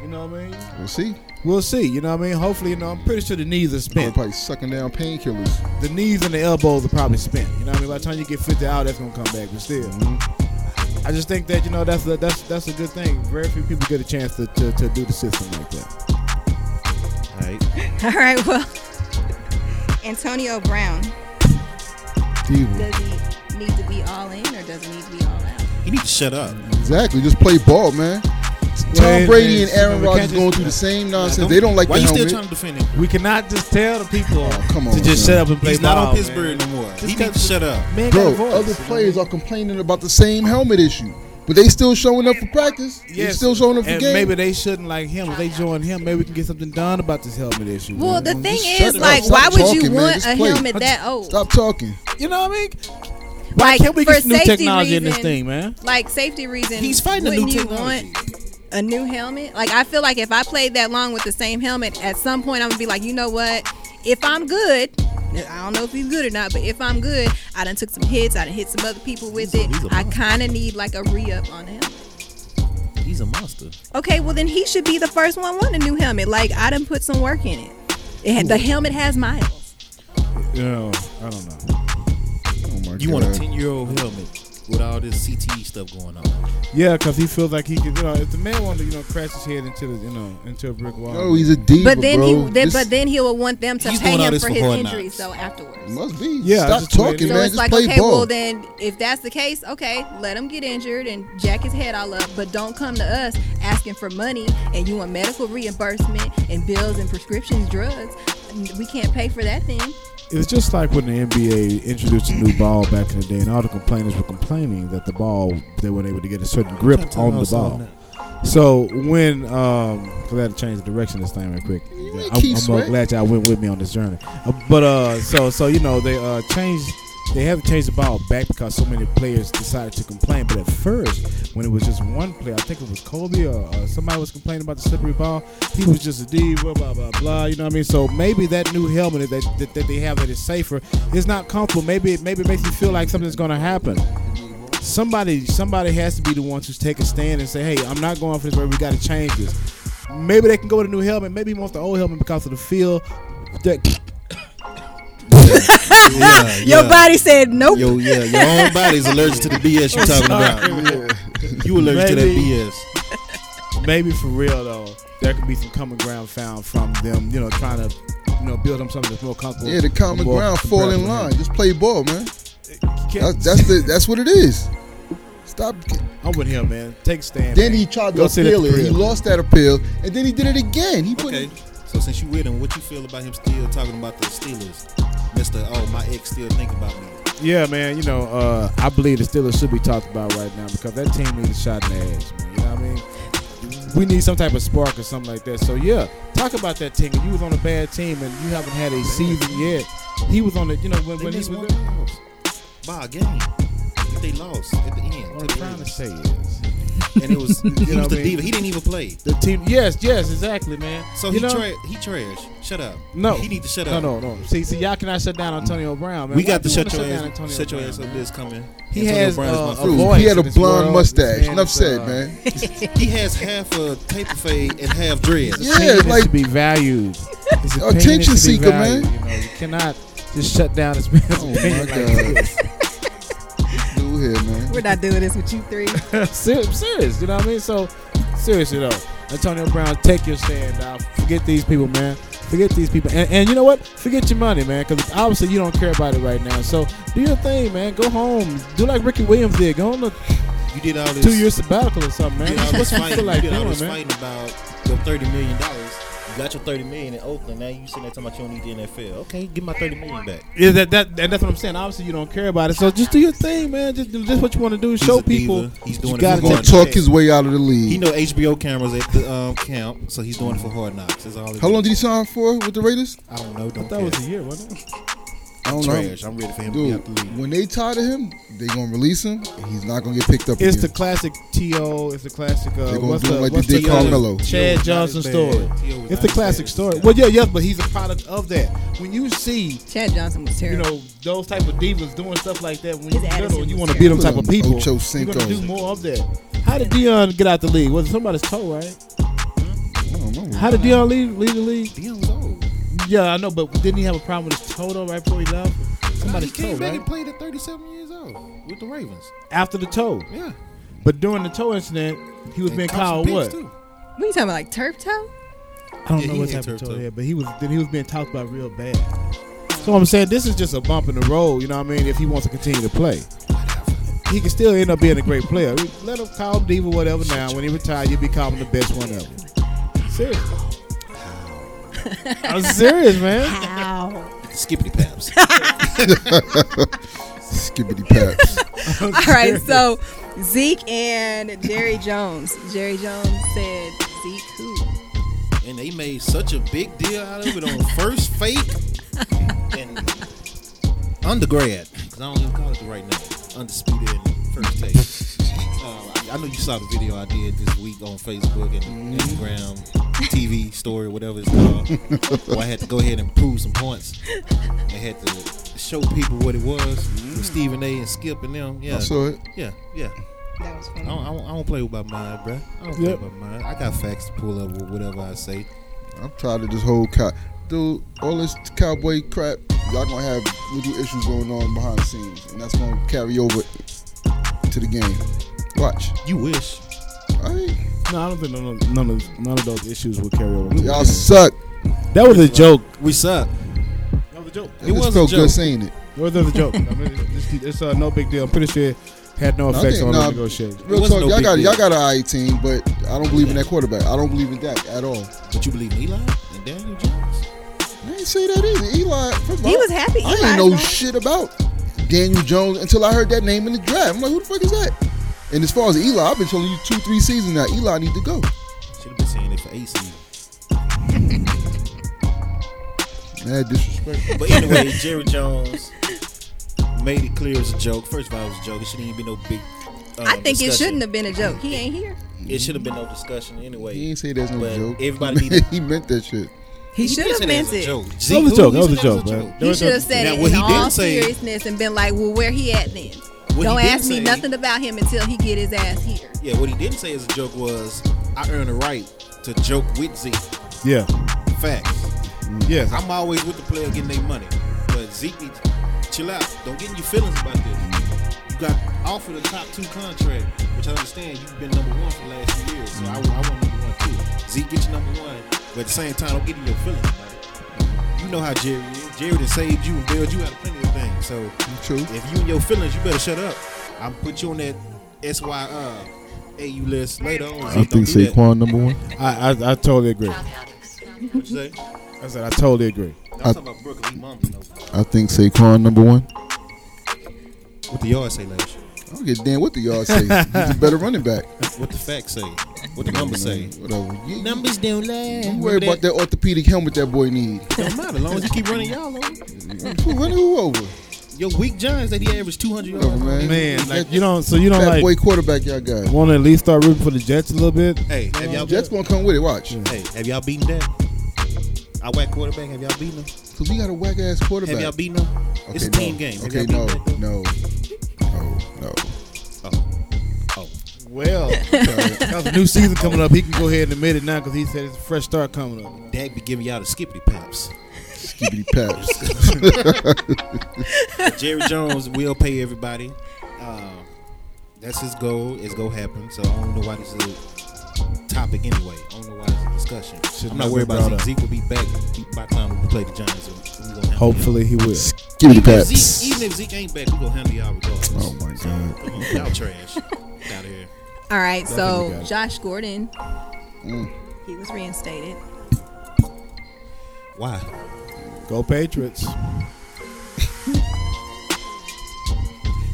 Speaker 4: You know what I mean?
Speaker 3: we'll see.
Speaker 4: We'll see. You know what I mean? Hopefully, you know. I'm pretty sure the knees are
Speaker 3: They're
Speaker 4: spent.
Speaker 3: probably sucking down painkillers.
Speaker 4: The knees and the elbows are probably spent. You know what I mean? By the time you get 50 out, that's gonna come back. But still.
Speaker 3: Mm-hmm.
Speaker 4: I just think that you know that's a, that's that's a good thing. Very few people get a chance to, to, to do the system like that.
Speaker 2: All
Speaker 1: [LAUGHS]
Speaker 2: right.
Speaker 1: All right. Well, Antonio Brown.
Speaker 3: Evil.
Speaker 1: Does he need to be all in or does he need to be all out?
Speaker 2: You need to shut up.
Speaker 3: Exactly. Just play ball, man.
Speaker 4: Well,
Speaker 3: Tom Brady
Speaker 4: it-
Speaker 3: and Aaron
Speaker 4: we can't
Speaker 3: Rodgers
Speaker 4: just-
Speaker 3: going through the same nonsense. They don't like
Speaker 2: Why
Speaker 3: the
Speaker 2: you
Speaker 3: helmet.
Speaker 2: still trying to defend him?
Speaker 4: We cannot just tell the people
Speaker 3: Oh, come on,
Speaker 4: to just
Speaker 3: man.
Speaker 4: shut up and play
Speaker 2: He's
Speaker 4: ball.
Speaker 2: not on Pittsburgh
Speaker 4: man.
Speaker 2: no more.
Speaker 4: This
Speaker 2: He
Speaker 4: guy-
Speaker 2: needs to shut up.
Speaker 4: Man got a
Speaker 3: Bro,
Speaker 4: voice,
Speaker 3: other
Speaker 4: you know?
Speaker 3: players are complaining about the same helmet issue, but they still showing up for practice. They
Speaker 4: Yes.
Speaker 3: still showing up for
Speaker 4: and
Speaker 3: games.
Speaker 4: Maybe they shouldn't like him. If they join him, maybe we can get something done about this helmet issue.
Speaker 1: Well,
Speaker 4: man.
Speaker 1: the
Speaker 4: Just
Speaker 1: thing
Speaker 4: shut
Speaker 1: is,
Speaker 4: it up.
Speaker 1: like,
Speaker 3: Stop
Speaker 1: why would you
Speaker 3: talking, man.
Speaker 1: want
Speaker 3: Just
Speaker 1: a
Speaker 3: play.
Speaker 1: helmet that old?
Speaker 3: Stop talking.
Speaker 4: you know what I mean? Why
Speaker 1: Like,
Speaker 4: can't we
Speaker 1: for
Speaker 4: get some new
Speaker 1: safety
Speaker 4: technology in this
Speaker 1: reasons-
Speaker 4: thing, man?
Speaker 1: Like safety reasons.
Speaker 2: He's fighting a new
Speaker 1: wouldn't you
Speaker 2: technology.
Speaker 1: want a new helmet? Like I feel like if I played that long with the same helmet, at some point I'm gonna be like, you know what? If I'm good, I don't know if he's good or not, but if I'm good, I done took some hits. I done hit some other people with it.
Speaker 2: He's a
Speaker 1: I
Speaker 2: monster.
Speaker 1: kind of need like a re up on him.
Speaker 2: He's a monster.
Speaker 1: Okay, well then he should be the first one wanting a new helmet. Like I done put some work in it. it had, the helmet has miles.
Speaker 4: You know, I don't know.
Speaker 3: Oh my
Speaker 2: You want a
Speaker 3: God.
Speaker 2: ten year old helmet with all this CTE stuff going on?
Speaker 4: Yeah, because he feels like he could. You know, if the man wanted to, you know, crash his head into the, you know, into a brick wall.
Speaker 3: No, Oh, he's a diva,
Speaker 1: But then
Speaker 3: bro.
Speaker 1: he, then,
Speaker 3: This
Speaker 1: but then he will want them to
Speaker 2: He's
Speaker 1: pay
Speaker 2: doing all
Speaker 1: him
Speaker 2: this
Speaker 1: for
Speaker 2: for
Speaker 1: his
Speaker 2: hard
Speaker 1: injuries.
Speaker 2: knocks.
Speaker 1: So afterwards.
Speaker 3: must be.
Speaker 4: Yeah,
Speaker 3: stop
Speaker 4: that's the way it
Speaker 3: talking,
Speaker 4: is.
Speaker 1: So
Speaker 3: man.
Speaker 1: it's
Speaker 3: Just
Speaker 1: like,
Speaker 3: play
Speaker 1: okay,
Speaker 3: ball.
Speaker 1: well then, if that's the case, okay, let him get injured and jack his head all up, but don't come to us asking for money and you want medical reimbursement and bills and prescriptions, drugs. We can't pay for that then.
Speaker 4: It's just like when the NBA introduced a new ball back in the day, and all the complainers were complaining that the ball they weren't able to get a certain grip
Speaker 2: Trying to tell
Speaker 4: on the
Speaker 2: us all
Speaker 4: ball.
Speaker 2: that.
Speaker 4: So when, um, 'cause I had to change the direction this time real quick.
Speaker 3: You ain't
Speaker 4: I'm,
Speaker 3: keep
Speaker 4: I'm, uh,
Speaker 3: sweating.
Speaker 4: glad y'all went with me on this journey. Uh, but uh, so so you know they uh changed. They haven't changed the ball back because so many players decided to complain. But at first, when it was just one player, I think it was Kobe or uh, somebody was complaining about the slippery ball. He was just a D, blah blah blah blah. You know what I mean? So maybe that new helmet that that, that they have that is safer is not comfortable. Maybe it maybe it makes you feel like something's going to happen somebody somebody has to be the ones who take a stand and say, "Hey, I'm not going for this. Way. We got to change this." Maybe they can go with a new helmet. Maybe he wants the old helmet because of the feel. That
Speaker 2: [LAUGHS] Yeah,
Speaker 1: [LAUGHS] Your body said nope.
Speaker 2: Yo, yeah, your own body's allergic to the BS you're [LAUGHS] talking about. You allergic
Speaker 4: Maybe.
Speaker 2: to that BS.
Speaker 4: [LAUGHS] maybe for real though, there could be some common ground found from them. You know, trying to you know build them something that's more comfortable.
Speaker 3: Yeah, the common
Speaker 4: more
Speaker 3: ground fall in
Speaker 4: comparable.
Speaker 3: line. Just play ball, man.
Speaker 4: Can't-
Speaker 3: That's, that's the that's what it is. Stop.
Speaker 4: I'm with him, man. Take a stand.
Speaker 3: Then
Speaker 4: man.
Speaker 3: he tried to
Speaker 4: Go sit at
Speaker 3: appeal
Speaker 4: the
Speaker 3: it. He
Speaker 4: crib.
Speaker 3: lost that appeal, and then he did it again. He put.
Speaker 2: Okay, so since you with him, what you feel about him still talking about the Steelers, Mister? Oh, my ex still think about me.
Speaker 4: Yeah, man. You know, uh, I believe the Steelers should be talked about right now because that team needs a shot in the ass, man. You know what I mean? We need some type of spark or something like that. So yeah, talk about that team. You was on a bad team and you haven't had a season yet. He was on the, you know, when,
Speaker 2: They
Speaker 4: when he was
Speaker 2: missed one
Speaker 4: there.
Speaker 2: playoffs by a game. If they lost at the end,
Speaker 4: What
Speaker 2: to
Speaker 4: I'm
Speaker 2: the
Speaker 4: trying to
Speaker 2: Ravens.
Speaker 4: say is
Speaker 2: and it was he
Speaker 4: [LAUGHS] You know
Speaker 2: was
Speaker 4: what I
Speaker 2: the
Speaker 4: mean?
Speaker 2: diva. He didn't even play.
Speaker 4: the team. Yes, yes, exactly, man.
Speaker 2: So
Speaker 4: you
Speaker 2: he
Speaker 4: know?
Speaker 2: tra- he trash. Shut up.
Speaker 4: No.
Speaker 2: he need to shut
Speaker 4: No,
Speaker 2: up. Uh-uh.
Speaker 4: no, no. See, see, y'all cannot shut down Antonio Brown, man.
Speaker 2: We
Speaker 4: Why
Speaker 2: got to
Speaker 4: do you
Speaker 2: shut
Speaker 4: wanna
Speaker 2: your
Speaker 4: down Antonio
Speaker 2: ass. Shut your
Speaker 4: Brown,
Speaker 2: ass
Speaker 4: man?
Speaker 2: up. This coming.
Speaker 4: He
Speaker 2: Antonio
Speaker 4: has,
Speaker 2: Brown is
Speaker 4: uh,
Speaker 2: my
Speaker 4: a
Speaker 2: favorite.
Speaker 4: voice.
Speaker 3: He had a
Speaker 4: in this
Speaker 3: blonde
Speaker 4: world.
Speaker 3: mustache.
Speaker 4: This man
Speaker 3: Enough
Speaker 4: is,
Speaker 3: said,
Speaker 4: uh, [LAUGHS]
Speaker 3: man. Oh,
Speaker 2: He has half a taper fade and half dreads.
Speaker 3: Yeah.
Speaker 4: opinion is
Speaker 3: like-
Speaker 4: to be [LAUGHS] valued. His opinion is
Speaker 3: Attention
Speaker 4: to be
Speaker 3: seeker,
Speaker 4: valued,
Speaker 3: man.
Speaker 4: You, know, you cannot just shut down this uh, man's
Speaker 3: Oh
Speaker 4: opinion.
Speaker 3: my
Speaker 4: like
Speaker 3: god. Dude here, man.
Speaker 1: We're not doing this with you three.
Speaker 4: that. Ser- [LAUGHS] I'm serious, you know what I mean? So, seriously though, Antonio Brown, take your stand. Dog. Forget these people, man. Forget these people, and, and you know what? Forget your money, man, because obviously you don't care about it right now. So do your thing, man. Go home. Do like Ricky Williams did. Go on a
Speaker 2: You did all this.
Speaker 4: two-year sabbatical or something,
Speaker 2: You
Speaker 4: man.
Speaker 2: did all this
Speaker 4: [LAUGHS] What's you feel
Speaker 2: fighting.
Speaker 4: like
Speaker 2: you did all
Speaker 4: doing,
Speaker 2: this
Speaker 4: man?
Speaker 2: fighting about your thirty million dollars. You got your thirty million in Oakland. Now you sitting there talking about you don't need the NFL. Okay, give my thirty million back.
Speaker 4: Yeah, that, that, and that's what I'm saying. Obviously, you don't care about it, so just do your thing, man. Just do just what you want to do.
Speaker 2: He's
Speaker 4: Show
Speaker 2: a
Speaker 4: people
Speaker 2: diva. He's
Speaker 4: that
Speaker 2: doing
Speaker 4: you
Speaker 2: it
Speaker 4: gotta
Speaker 3: He's
Speaker 2: for
Speaker 4: take
Speaker 3: gonna
Speaker 2: money.
Speaker 3: talk his way out of the
Speaker 2: He
Speaker 3: league.
Speaker 2: know HBO cameras at the um, camp, so he's doing it for hard knocks. That's all. he
Speaker 3: How
Speaker 2: do.
Speaker 3: long did he sign for with the Raiders?
Speaker 2: I don't know. Don't
Speaker 4: I thought
Speaker 2: care.
Speaker 4: it was a year, wasn't it?
Speaker 3: I don't know.
Speaker 2: Trash. I'm ready for him to be out the
Speaker 3: Dude,
Speaker 2: league.
Speaker 3: when they tired of him, they gonna release him, and he's not gonna get picked up
Speaker 4: It's the
Speaker 3: again.
Speaker 4: classic T.O. It's the classic. Uh,
Speaker 3: They gonna
Speaker 4: what's
Speaker 3: do
Speaker 4: the,
Speaker 3: him like
Speaker 4: what's
Speaker 3: they did
Speaker 4: the,
Speaker 2: [LAUGHS]
Speaker 4: uh,
Speaker 3: Carmelo. Oh,
Speaker 4: Chad Johnson story. It's the classic story. Well, yeah, yes, but he's a product of that. When you see,
Speaker 1: [LAUGHS] Chad Johnson was
Speaker 4: you
Speaker 1: terrible.
Speaker 4: know, those type of divas doing stuff like that, when
Speaker 1: His
Speaker 4: you're little,
Speaker 1: attitude
Speaker 4: you
Speaker 1: was
Speaker 4: want to be them
Speaker 3: terrible.
Speaker 4: type of people.
Speaker 3: Ocho
Speaker 4: You're
Speaker 3: Cinco.
Speaker 4: gonna do more of that. How did Dion get out the league? Was it somebody's toe, right?
Speaker 3: I don't know.
Speaker 4: How did Dion leave, leave the league?
Speaker 2: Dion's old.
Speaker 4: Yeah, I know, but didn't he have a problem with his toe though right before he left?
Speaker 2: Somebody
Speaker 4: Somebody's
Speaker 2: he came
Speaker 4: toe,
Speaker 2: back
Speaker 4: right?
Speaker 2: and played at 37 years old with the Ravens.
Speaker 4: After the toe,
Speaker 2: Yeah,
Speaker 4: but during the toe incident, he was
Speaker 2: And
Speaker 4: being
Speaker 2: caught some
Speaker 4: called
Speaker 2: picks,
Speaker 4: what?
Speaker 2: too.
Speaker 1: what are you talking about, like turf toe?
Speaker 4: I don't
Speaker 2: Yeah,
Speaker 4: know
Speaker 2: he
Speaker 4: what
Speaker 2: had
Speaker 4: type of
Speaker 2: turf
Speaker 4: toe
Speaker 2: toe.
Speaker 4: he had, but he was then he was being talked about real bad. So I'm saying this is just a bump in the road. You know what I mean? If he wants to continue to play, he can still end up being a great player. We- Let him call him diva, whatever. Now, when he retires, you'll be calling him the best one ever. Serious. I'm serious, man.
Speaker 1: Ow.
Speaker 2: Skippity paps.
Speaker 3: Skibbity
Speaker 1: [LAUGHS]
Speaker 3: paps.
Speaker 1: All right, so Zeke and Jerry Jones. Jerry Jones said, Zeke who?
Speaker 2: and they made such a big deal out of it on [LAUGHS] first fake and undergrad because I don't even call it the right name. Undisputed and first take. Uh, I, I know you saw the video I did this week on Facebook and Instagram TV story, whatever it's called. where I had to go ahead and prove some points. I had to show people what it was. with Stephen A. and Skip and them. [LAUGHS] Yeah,
Speaker 3: I saw it.
Speaker 2: yeah, yeah.
Speaker 1: That was
Speaker 2: I
Speaker 1: funny.
Speaker 2: don't, I don't, I don't play with my mind, bruh. I don't
Speaker 4: Yep.
Speaker 2: play with my mind. I got facts to pull up with whatever I say.
Speaker 3: I'm tired of this whole cow, dude. All this cowboy crap. Y'all gonna have little issues going on behind the scenes, and that's gonna carry over to the game. Watch.
Speaker 2: You wish.
Speaker 3: All right.
Speaker 4: No, I don't think none of, none of none of those issues will carry over.
Speaker 3: Y'all suck.
Speaker 4: That was a joke.
Speaker 2: We suck.
Speaker 4: That was a joke.
Speaker 3: It,
Speaker 2: was a
Speaker 3: felt
Speaker 2: joke.
Speaker 3: good saying it.
Speaker 4: It was a joke. I mean, it's, it's, it's, uh, no big deal. I'm pretty sure it had no
Speaker 3: No, I
Speaker 4: effects
Speaker 3: think-
Speaker 4: on
Speaker 3: nah.
Speaker 4: the negotiations.
Speaker 3: Real
Speaker 2: wasn't
Speaker 3: talk,
Speaker 2: no
Speaker 3: y'all
Speaker 2: big
Speaker 3: got
Speaker 2: deal.
Speaker 3: y'all got an I team, but I don't believe in that quarterback. I don't believe in Dak at all.
Speaker 2: But you believe in Eli and Daniel Jones?
Speaker 3: I ain't say that either. Eli, first of
Speaker 1: He
Speaker 3: all,
Speaker 1: was happy
Speaker 3: I
Speaker 1: Eli
Speaker 3: didn't know
Speaker 1: won.
Speaker 3: shit about Daniel Jones until I heard that name in the draft. I'm like, who the fuck is that? And as far as Eli, I've been telling you two, three seasons now. Eli need to go.
Speaker 2: Should have been saying it for eight seasons.
Speaker 3: Mad disrespect.
Speaker 2: But
Speaker 1: [LAUGHS]
Speaker 2: anyway, Jerry Jones made it clear it was a joke. First of all, it was a joke. It shouldn't even be no big. Um,
Speaker 1: I think it
Speaker 2: discussion.
Speaker 1: shouldn't have been a joke. He ain't here.
Speaker 2: It should have been no discussion anyway.
Speaker 3: He ain't say there's no
Speaker 2: But
Speaker 3: joke. [LAUGHS]
Speaker 2: Everybody needed.
Speaker 3: he meant that shit.
Speaker 1: He,
Speaker 2: did
Speaker 1: should have
Speaker 2: say that
Speaker 1: meant
Speaker 2: was a
Speaker 1: it.
Speaker 2: joke.
Speaker 4: That
Speaker 2: Zeke
Speaker 4: was a
Speaker 2: Wilson,
Speaker 4: joke. That was a
Speaker 2: that
Speaker 4: joke, man. That
Speaker 1: He
Speaker 4: was a
Speaker 1: should have
Speaker 4: joke.
Speaker 1: said
Speaker 2: Now,
Speaker 1: it
Speaker 2: what
Speaker 1: in
Speaker 2: he did
Speaker 1: all
Speaker 2: say-
Speaker 1: seriousness and been like, "Well, where he at then?
Speaker 2: he
Speaker 1: Don't
Speaker 2: did
Speaker 1: ask me
Speaker 2: say-
Speaker 1: nothing about him until he get his ass here."
Speaker 2: Yeah, what he didn't say as a joke was, I earned the right to joke with Zeke.
Speaker 4: Yeah.
Speaker 2: Facts.
Speaker 4: Yes.
Speaker 2: I'm always with the player getting their money. But Zeke, needs- chill out. Don't get in your feelings about this. You got offered a top two contract, which I understand you've been number one for the last few years. So I, I want number one too. Zeke get you number one, but at the same time, don't get in your feelings about it. You know how Jerry is. Jerry done saved you and bailed you out of plenty of things. So
Speaker 3: True.
Speaker 2: if you in your feelings, you better shut up. I'm put you on that SY uh, AU list later on. Zeke, don't do that.
Speaker 3: number one.
Speaker 4: I, I, I totally agree.
Speaker 2: What you say?
Speaker 4: I said I totally agree.
Speaker 2: I'm talking about Brooklyn. He mumbling over.
Speaker 3: I think Saquon number one.
Speaker 2: What the yard say last year?
Speaker 3: I don't get damn what the y'all say.
Speaker 2: [LAUGHS]
Speaker 3: He's a better running back.
Speaker 2: What the facts say? What the numbers say?
Speaker 3: Whatever. You,
Speaker 2: Numbers don't lie.
Speaker 3: you worry about that orthopedic helmet that boy need.
Speaker 2: Don't matter. As long as you keep running y'all over.
Speaker 3: Who running who over?
Speaker 2: Your weak Johns that he averaged 200 yards.
Speaker 3: Whatever, man.
Speaker 4: Man, like you don't. So you don't
Speaker 3: Fat
Speaker 4: like
Speaker 3: boy quarterback y'all got.
Speaker 4: want to at least start rooting for the Jets a little bit. [LAUGHS]
Speaker 2: Hey, have y'all
Speaker 3: Jets gonna come with it. Watch,
Speaker 2: Hey, have y'all beaten that? I whack quarterback. Have y'all beaten him?
Speaker 3: cause we got a whack ass quarterback.
Speaker 2: Have y'all beaten him? it's a
Speaker 3: Okay,
Speaker 2: team
Speaker 3: no.
Speaker 2: game. Have
Speaker 3: Okay,
Speaker 2: y'all
Speaker 3: no,
Speaker 2: beaten that?
Speaker 3: no, no, no.
Speaker 2: Oh. oh.
Speaker 4: Well,
Speaker 2: [LAUGHS]
Speaker 4: because the new season coming up, he can go ahead and admit it now because he said it's a fresh start coming up.
Speaker 2: Dak be giving y'all the skippity paps.
Speaker 3: Skibidi paps.
Speaker 2: Jerry Jones will pay everybody. Um, that's his goal. It's gonna happen. So I don't know why this is a topic anyway. I don't know why it's a discussion.
Speaker 4: Should
Speaker 2: I'm
Speaker 4: not
Speaker 2: not worried
Speaker 4: be
Speaker 2: about
Speaker 4: brought
Speaker 2: Zeke. Zeke will be back by the time we play the Giants. and we gonna handle
Speaker 4: Hopefully, he will.
Speaker 2: y'all.
Speaker 3: Skibidi
Speaker 2: Even if,
Speaker 3: paps.
Speaker 2: Zeke, even if Zeke ain't back, we gonna handle y'all regardless.
Speaker 3: Oh my god.
Speaker 2: Come on, y'all trash. Get out of here.
Speaker 1: All right,
Speaker 4: Definitely
Speaker 1: so
Speaker 4: got it.
Speaker 1: Josh Gordon,
Speaker 3: Mm.
Speaker 1: he was reinstated.
Speaker 2: Why?
Speaker 4: Go Patriots.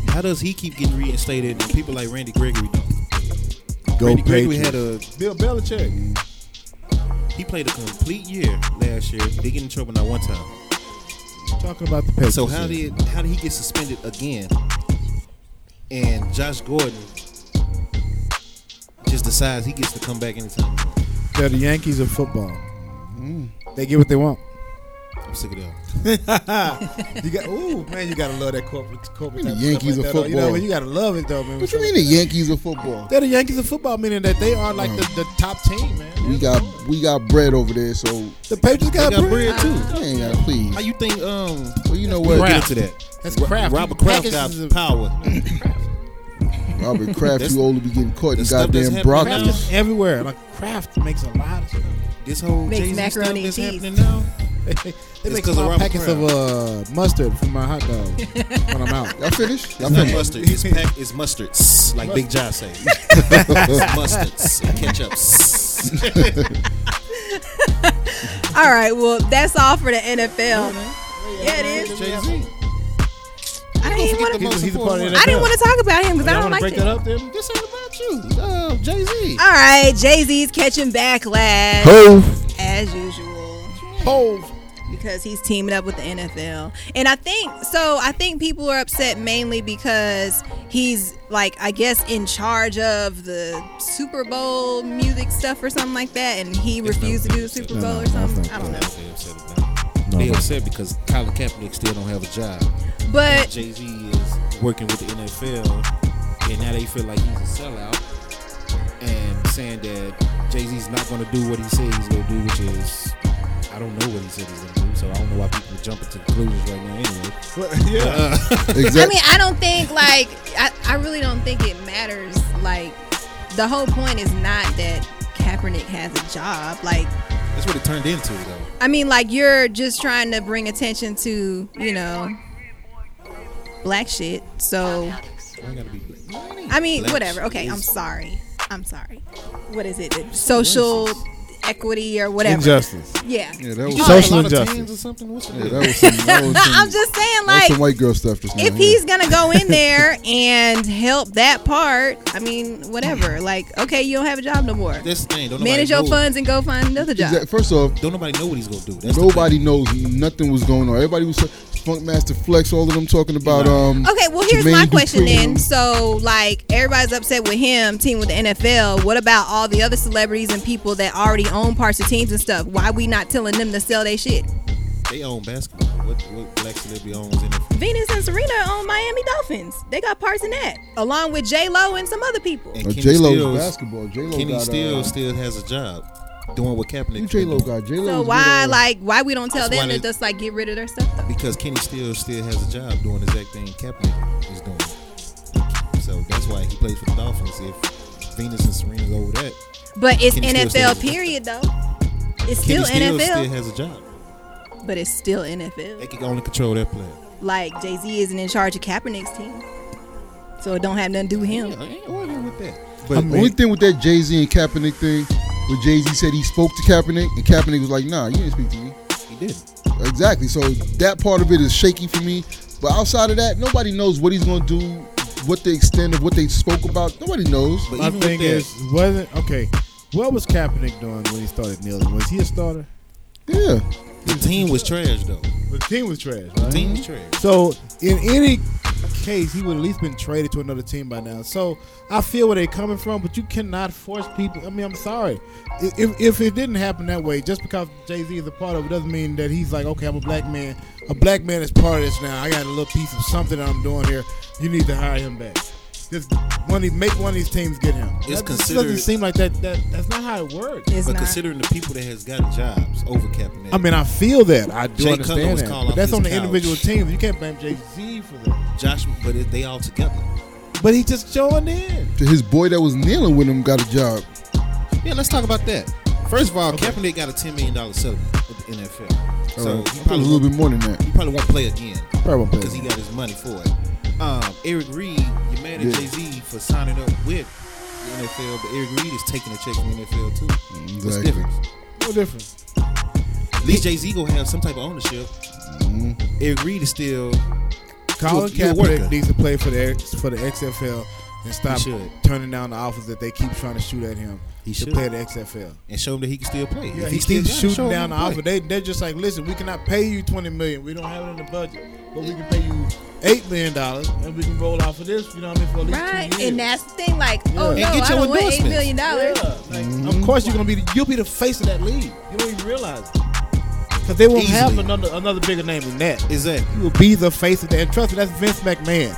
Speaker 2: How does he keep getting reinstated and people like Randy Gregory don't?
Speaker 4: Go
Speaker 2: Randy Gregory had
Speaker 4: Patriots.
Speaker 2: a
Speaker 4: Bill Belichick.
Speaker 2: he played a complete year last year. They get in trouble not one time.
Speaker 4: Talking about the Patriots.
Speaker 2: So how did how did he get suspended again? And Josh Gordon just decides he gets to come back anytime.
Speaker 4: They're the Yankees of football. They get what they want.
Speaker 2: I'm sick of that.
Speaker 4: you got ooh man, you gotta love that corporate corporate.
Speaker 3: The
Speaker 4: type of
Speaker 3: Yankees
Speaker 4: stuff
Speaker 3: of
Speaker 4: that, though. You know,
Speaker 3: football.
Speaker 4: what? you gotta love it though, man.
Speaker 3: What you mean the Yankees of football?
Speaker 4: They're the Yankees of football, meaning that they are like the, the top team, man.
Speaker 3: We got we got bread over there, so
Speaker 4: the Patriots
Speaker 2: They
Speaker 4: got,
Speaker 2: got
Speaker 4: bread.
Speaker 2: bread too.
Speaker 3: I ain't gotta please.
Speaker 2: How you think? Um,
Speaker 3: Well, you know
Speaker 2: we'll
Speaker 3: what,
Speaker 2: get into that.
Speaker 4: That's
Speaker 2: Ro-
Speaker 4: Kraft.
Speaker 2: Robert Kraft
Speaker 4: Packers
Speaker 2: got
Speaker 4: is a-
Speaker 2: power.
Speaker 4: [CLEARS THROAT]
Speaker 3: Robert Kraft,
Speaker 2: That's-
Speaker 3: you old to be getting caught in
Speaker 2: that's stuff that's happening
Speaker 3: goddamn broccoli.
Speaker 4: Kraft is everywhere. Like Kraft makes a lot of stuff.
Speaker 2: This whole
Speaker 1: Makes
Speaker 2: Jay-Z
Speaker 1: macaroni
Speaker 2: stuff that's
Speaker 1: and cheese.
Speaker 2: happening now.
Speaker 4: they make
Speaker 2: 'cause of
Speaker 4: small
Speaker 2: Robert
Speaker 4: packets of uh, mustard for my hot dog when I'm [LAUGHS] out.
Speaker 3: Y'all finished? Y'all
Speaker 2: It's not
Speaker 3: finished?
Speaker 2: mustard. It's packed. It's mustards, like Big John
Speaker 4: [LAUGHS]
Speaker 2: say. it's mustards and ketchups.
Speaker 1: All right, well, that's all for the NFL. Yeah, it is.
Speaker 2: Jay Z.
Speaker 1: I didn't want to.
Speaker 4: He's- he's a part of that.
Speaker 1: I didn't want to talk about him because I
Speaker 4: Y'all
Speaker 1: don't
Speaker 4: wanna
Speaker 1: like
Speaker 4: break
Speaker 1: it.
Speaker 4: that up then?
Speaker 2: This ain't about you. Uh, Jay Z.
Speaker 1: All right, Jay Z's catching backlash
Speaker 3: Ho,
Speaker 1: as usual.
Speaker 4: Hove.
Speaker 1: because he's teaming up with the NFL. And I think so I think people are upset mainly because he's like I guess in charge of the Super Bowl music stuff or something like that and he
Speaker 2: It's
Speaker 1: refused to
Speaker 2: not-
Speaker 1: do the Super
Speaker 4: no,
Speaker 1: Bowl or
Speaker 4: no, I
Speaker 1: something.
Speaker 4: think-
Speaker 1: I don't know.
Speaker 2: That's what they upset about.
Speaker 4: No,
Speaker 2: They
Speaker 4: no.
Speaker 2: upset because Colin Kaepernick still don't have a job.
Speaker 1: But
Speaker 2: Jay Z is working with the NFL, and now they feel like he's a sellout, and saying that Jay Z's not going to do what he said he's going to do, which is I don't know what he said he's going to do, so I don't know why people jumping to conclusions right now. Anyway,
Speaker 4: yeah.
Speaker 3: Exactly.
Speaker 1: I mean, I don't think like I, I really don't think it matters. Like the whole point is not that Kaepernick has a job. Like
Speaker 2: that's what it turned into, though.
Speaker 1: I mean, like you're just trying to bring attention to you know black shit. So
Speaker 2: I gotta be black.
Speaker 1: I mean,
Speaker 2: Black
Speaker 1: whatever.
Speaker 2: shit
Speaker 1: Okay,
Speaker 2: is-
Speaker 1: I'm sorry. I'm sorry. What is it? Social equity or whatever.
Speaker 4: Injustice.
Speaker 1: Yeah.
Speaker 3: yeah, that was,
Speaker 2: You
Speaker 1: Social
Speaker 2: got a lot of
Speaker 4: injustice.
Speaker 2: tans or something? What's
Speaker 3: yeah,
Speaker 2: that?
Speaker 3: that was some, that was some,
Speaker 1: [LAUGHS] I'm just saying,
Speaker 3: that was
Speaker 1: like,
Speaker 3: some white girl stuff just now.
Speaker 1: if
Speaker 3: yeah.
Speaker 1: he's gonna go in there and help that part, I mean, whatever. Like, okay, you don't have a job no more.
Speaker 2: That's the thing. Don't nobody
Speaker 1: Manage your
Speaker 2: know-
Speaker 1: funds and go find another job.
Speaker 3: Exact- First off,
Speaker 2: Don't nobody know what he's gonna do. That's the
Speaker 3: nobody knows nothing was going on. Everybody was Funk Master Flex, all of them talking about um.
Speaker 1: Okay, well here's
Speaker 3: Jermaine
Speaker 1: my question then.
Speaker 3: Dupri.
Speaker 1: So like everybody's upset with him, team with the NFL. What about all the other celebrities and people that already own parts of teams and stuff? Why we not telling them to sell their shit?
Speaker 2: They own basketball. What, what black celebrity owns NFL?
Speaker 1: Venus and Serena own Miami Dolphins. They got parts in that, along with J Lo and some other people.
Speaker 2: And
Speaker 3: Uh,
Speaker 2: Kenny
Speaker 3: J Lo
Speaker 2: Stills-
Speaker 3: basketball. J Lo
Speaker 2: Kenny
Speaker 3: got
Speaker 2: still
Speaker 3: uh,
Speaker 2: still has a job doing what Kaepernick.
Speaker 3: J Lo
Speaker 2: been doing.
Speaker 3: got uh, J Lo.
Speaker 1: So why like why we don't tell
Speaker 2: That's
Speaker 1: them
Speaker 2: why
Speaker 1: to
Speaker 2: they-
Speaker 1: just like get rid of their stuff? Though?
Speaker 2: because Kenny still still has a job doing the exact thing Kaepernick is doing. So that's why he plays for the Dolphins. If Venus and Serena's over that,
Speaker 1: But it's
Speaker 2: Kenny Stills
Speaker 1: NFL
Speaker 2: still-
Speaker 1: period though. It's still
Speaker 2: Kenny still
Speaker 1: NFL,
Speaker 2: still has a job.
Speaker 1: but it's still
Speaker 2: They
Speaker 1: NFL.
Speaker 2: can only control that player.
Speaker 1: Like Jay Z isn't in charge of Kaepernick's team, so it don't have nothing to do with him.
Speaker 2: Yeah, I ain't arguing with that.
Speaker 3: The
Speaker 2: But
Speaker 3: only thing with that Jay Z and Kaepernick thing, where Jay Z said he spoke to Kaepernick, and Kaepernick was like, "Nah, you didn't speak to me."
Speaker 2: he didn't.
Speaker 3: Exactly. So that part of it is shaky for me. But outside of that, nobody knows what he's gonna do, what the extent of what they spoke about. Nobody knows.
Speaker 2: But
Speaker 4: My
Speaker 2: even with
Speaker 4: thing
Speaker 2: that,
Speaker 4: is, wasn't okay. What was Kaepernick doing when he started kneeling? Was he a starter?
Speaker 3: Yeah.
Speaker 2: the team was trash though.
Speaker 4: The team was trash,
Speaker 2: The
Speaker 4: right?
Speaker 2: team was trash.
Speaker 4: So in any case, he would at least been traded to another team by now. So I feel where they're coming from, but you cannot force people. I mean, I'm sorry. I- If, if it didn't happen that way, just because Jay Z is a part of it doesn't mean that he's like, okay, I'm a black man. A black man is part of this now. I got a little piece of something that I'm doing here. You need to hire him back. Just one of these, make one of these teams get him.
Speaker 2: It's
Speaker 4: that, doesn't
Speaker 2: considered-
Speaker 4: seem like that, that. That's not how it works.
Speaker 1: It's
Speaker 2: but
Speaker 1: not.
Speaker 2: considering the people that has gotten jobs over Kaepernick,
Speaker 4: I mean, I feel that. I do
Speaker 2: Jay Cutler
Speaker 4: understand
Speaker 2: was
Speaker 4: that.
Speaker 2: called
Speaker 4: But
Speaker 2: off
Speaker 4: that's
Speaker 2: his
Speaker 4: on the
Speaker 2: couch.
Speaker 4: individual team. You can't blame Jay Z for that.
Speaker 2: Josh, but it, they all together.
Speaker 4: But he just joined in.
Speaker 3: His boy that was kneeling with him got a job.
Speaker 2: Yeah, let's talk about that. First of all, Kaepernick got a ten million dollar settlement with the NFL,
Speaker 3: All
Speaker 2: so
Speaker 3: right.
Speaker 2: he
Speaker 3: Uh, Probably a
Speaker 2: probably
Speaker 3: little bit more than that.
Speaker 2: He probably won't play again
Speaker 3: Probably.
Speaker 2: because he got his money for it. Um, Eric Reed, you're mad at
Speaker 3: Yeah.
Speaker 2: Jay Z for signing up with the NFL, but Eric Reed is taking a check from the NFL too. What's the
Speaker 3: Exactly.
Speaker 2: difference?
Speaker 4: No difference.
Speaker 2: At least Jay Z gonna have some type of ownership. Eric Reed is still
Speaker 4: Colin
Speaker 2: You- you a worker.
Speaker 4: Kaepernick needs to play for the for the XFL and stop
Speaker 2: should.
Speaker 4: turning down the offers that they keep trying to shoot at him.
Speaker 2: He
Speaker 4: to
Speaker 2: should.
Speaker 4: play the XFL.
Speaker 2: and show him that he can still play.
Speaker 4: Yeah,
Speaker 2: If
Speaker 4: he,
Speaker 2: still
Speaker 4: keeps
Speaker 2: got it, show
Speaker 4: shooting
Speaker 2: him
Speaker 4: down
Speaker 2: he
Speaker 4: the
Speaker 2: can
Speaker 4: offer.
Speaker 2: play.
Speaker 4: They they're just like, listen, we cannot pay you twenty million. We don't have it in the budget, but we can pay you eight million dollars, and we can roll off of this. You know what I mean? For at least
Speaker 1: Right,
Speaker 4: two years.
Speaker 1: and that's the thing. Like, oh no,
Speaker 2: And get
Speaker 1: I
Speaker 2: your
Speaker 1: don't want eight
Speaker 2: endorsements.
Speaker 1: million dollars.
Speaker 4: Yeah, like, Of course, you're gonna be the, you'll be the face of that league. You don't even realize it because they won't have
Speaker 2: Easily.
Speaker 4: another another bigger name than that.
Speaker 2: Exactly.
Speaker 4: You will be the face of that. And trust me, that's Vince McMahon.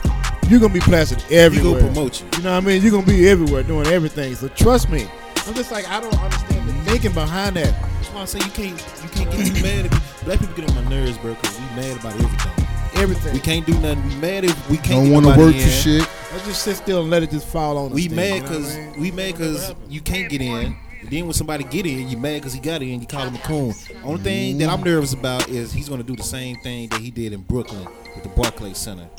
Speaker 4: You're gonna be plastered everywhere.
Speaker 2: promote you.
Speaker 4: You know what I mean? You're gonna be everywhere doing everything. So trust me. I'm just like I don't understand the thinking behind that.
Speaker 2: That's why I say you can't you can't get too mad. At, black people get on my nerves, bro, because we mad about everything.
Speaker 4: Everything.
Speaker 2: We can't do nothing. We mad if we can't.
Speaker 3: Don't
Speaker 2: get
Speaker 3: want to
Speaker 2: nobody
Speaker 3: work
Speaker 2: in.
Speaker 3: for shit.
Speaker 4: Let's just sit still and let it just fall on us.
Speaker 2: We
Speaker 4: then, you
Speaker 2: mad
Speaker 4: know what
Speaker 2: because
Speaker 4: I mean?
Speaker 2: we mad because you can't get in. And then when somebody get in, you mad because he got in. You call him a coon. Only thing that I'm nervous about is he's going to do the same thing that he did in Brooklyn with the Barclays Center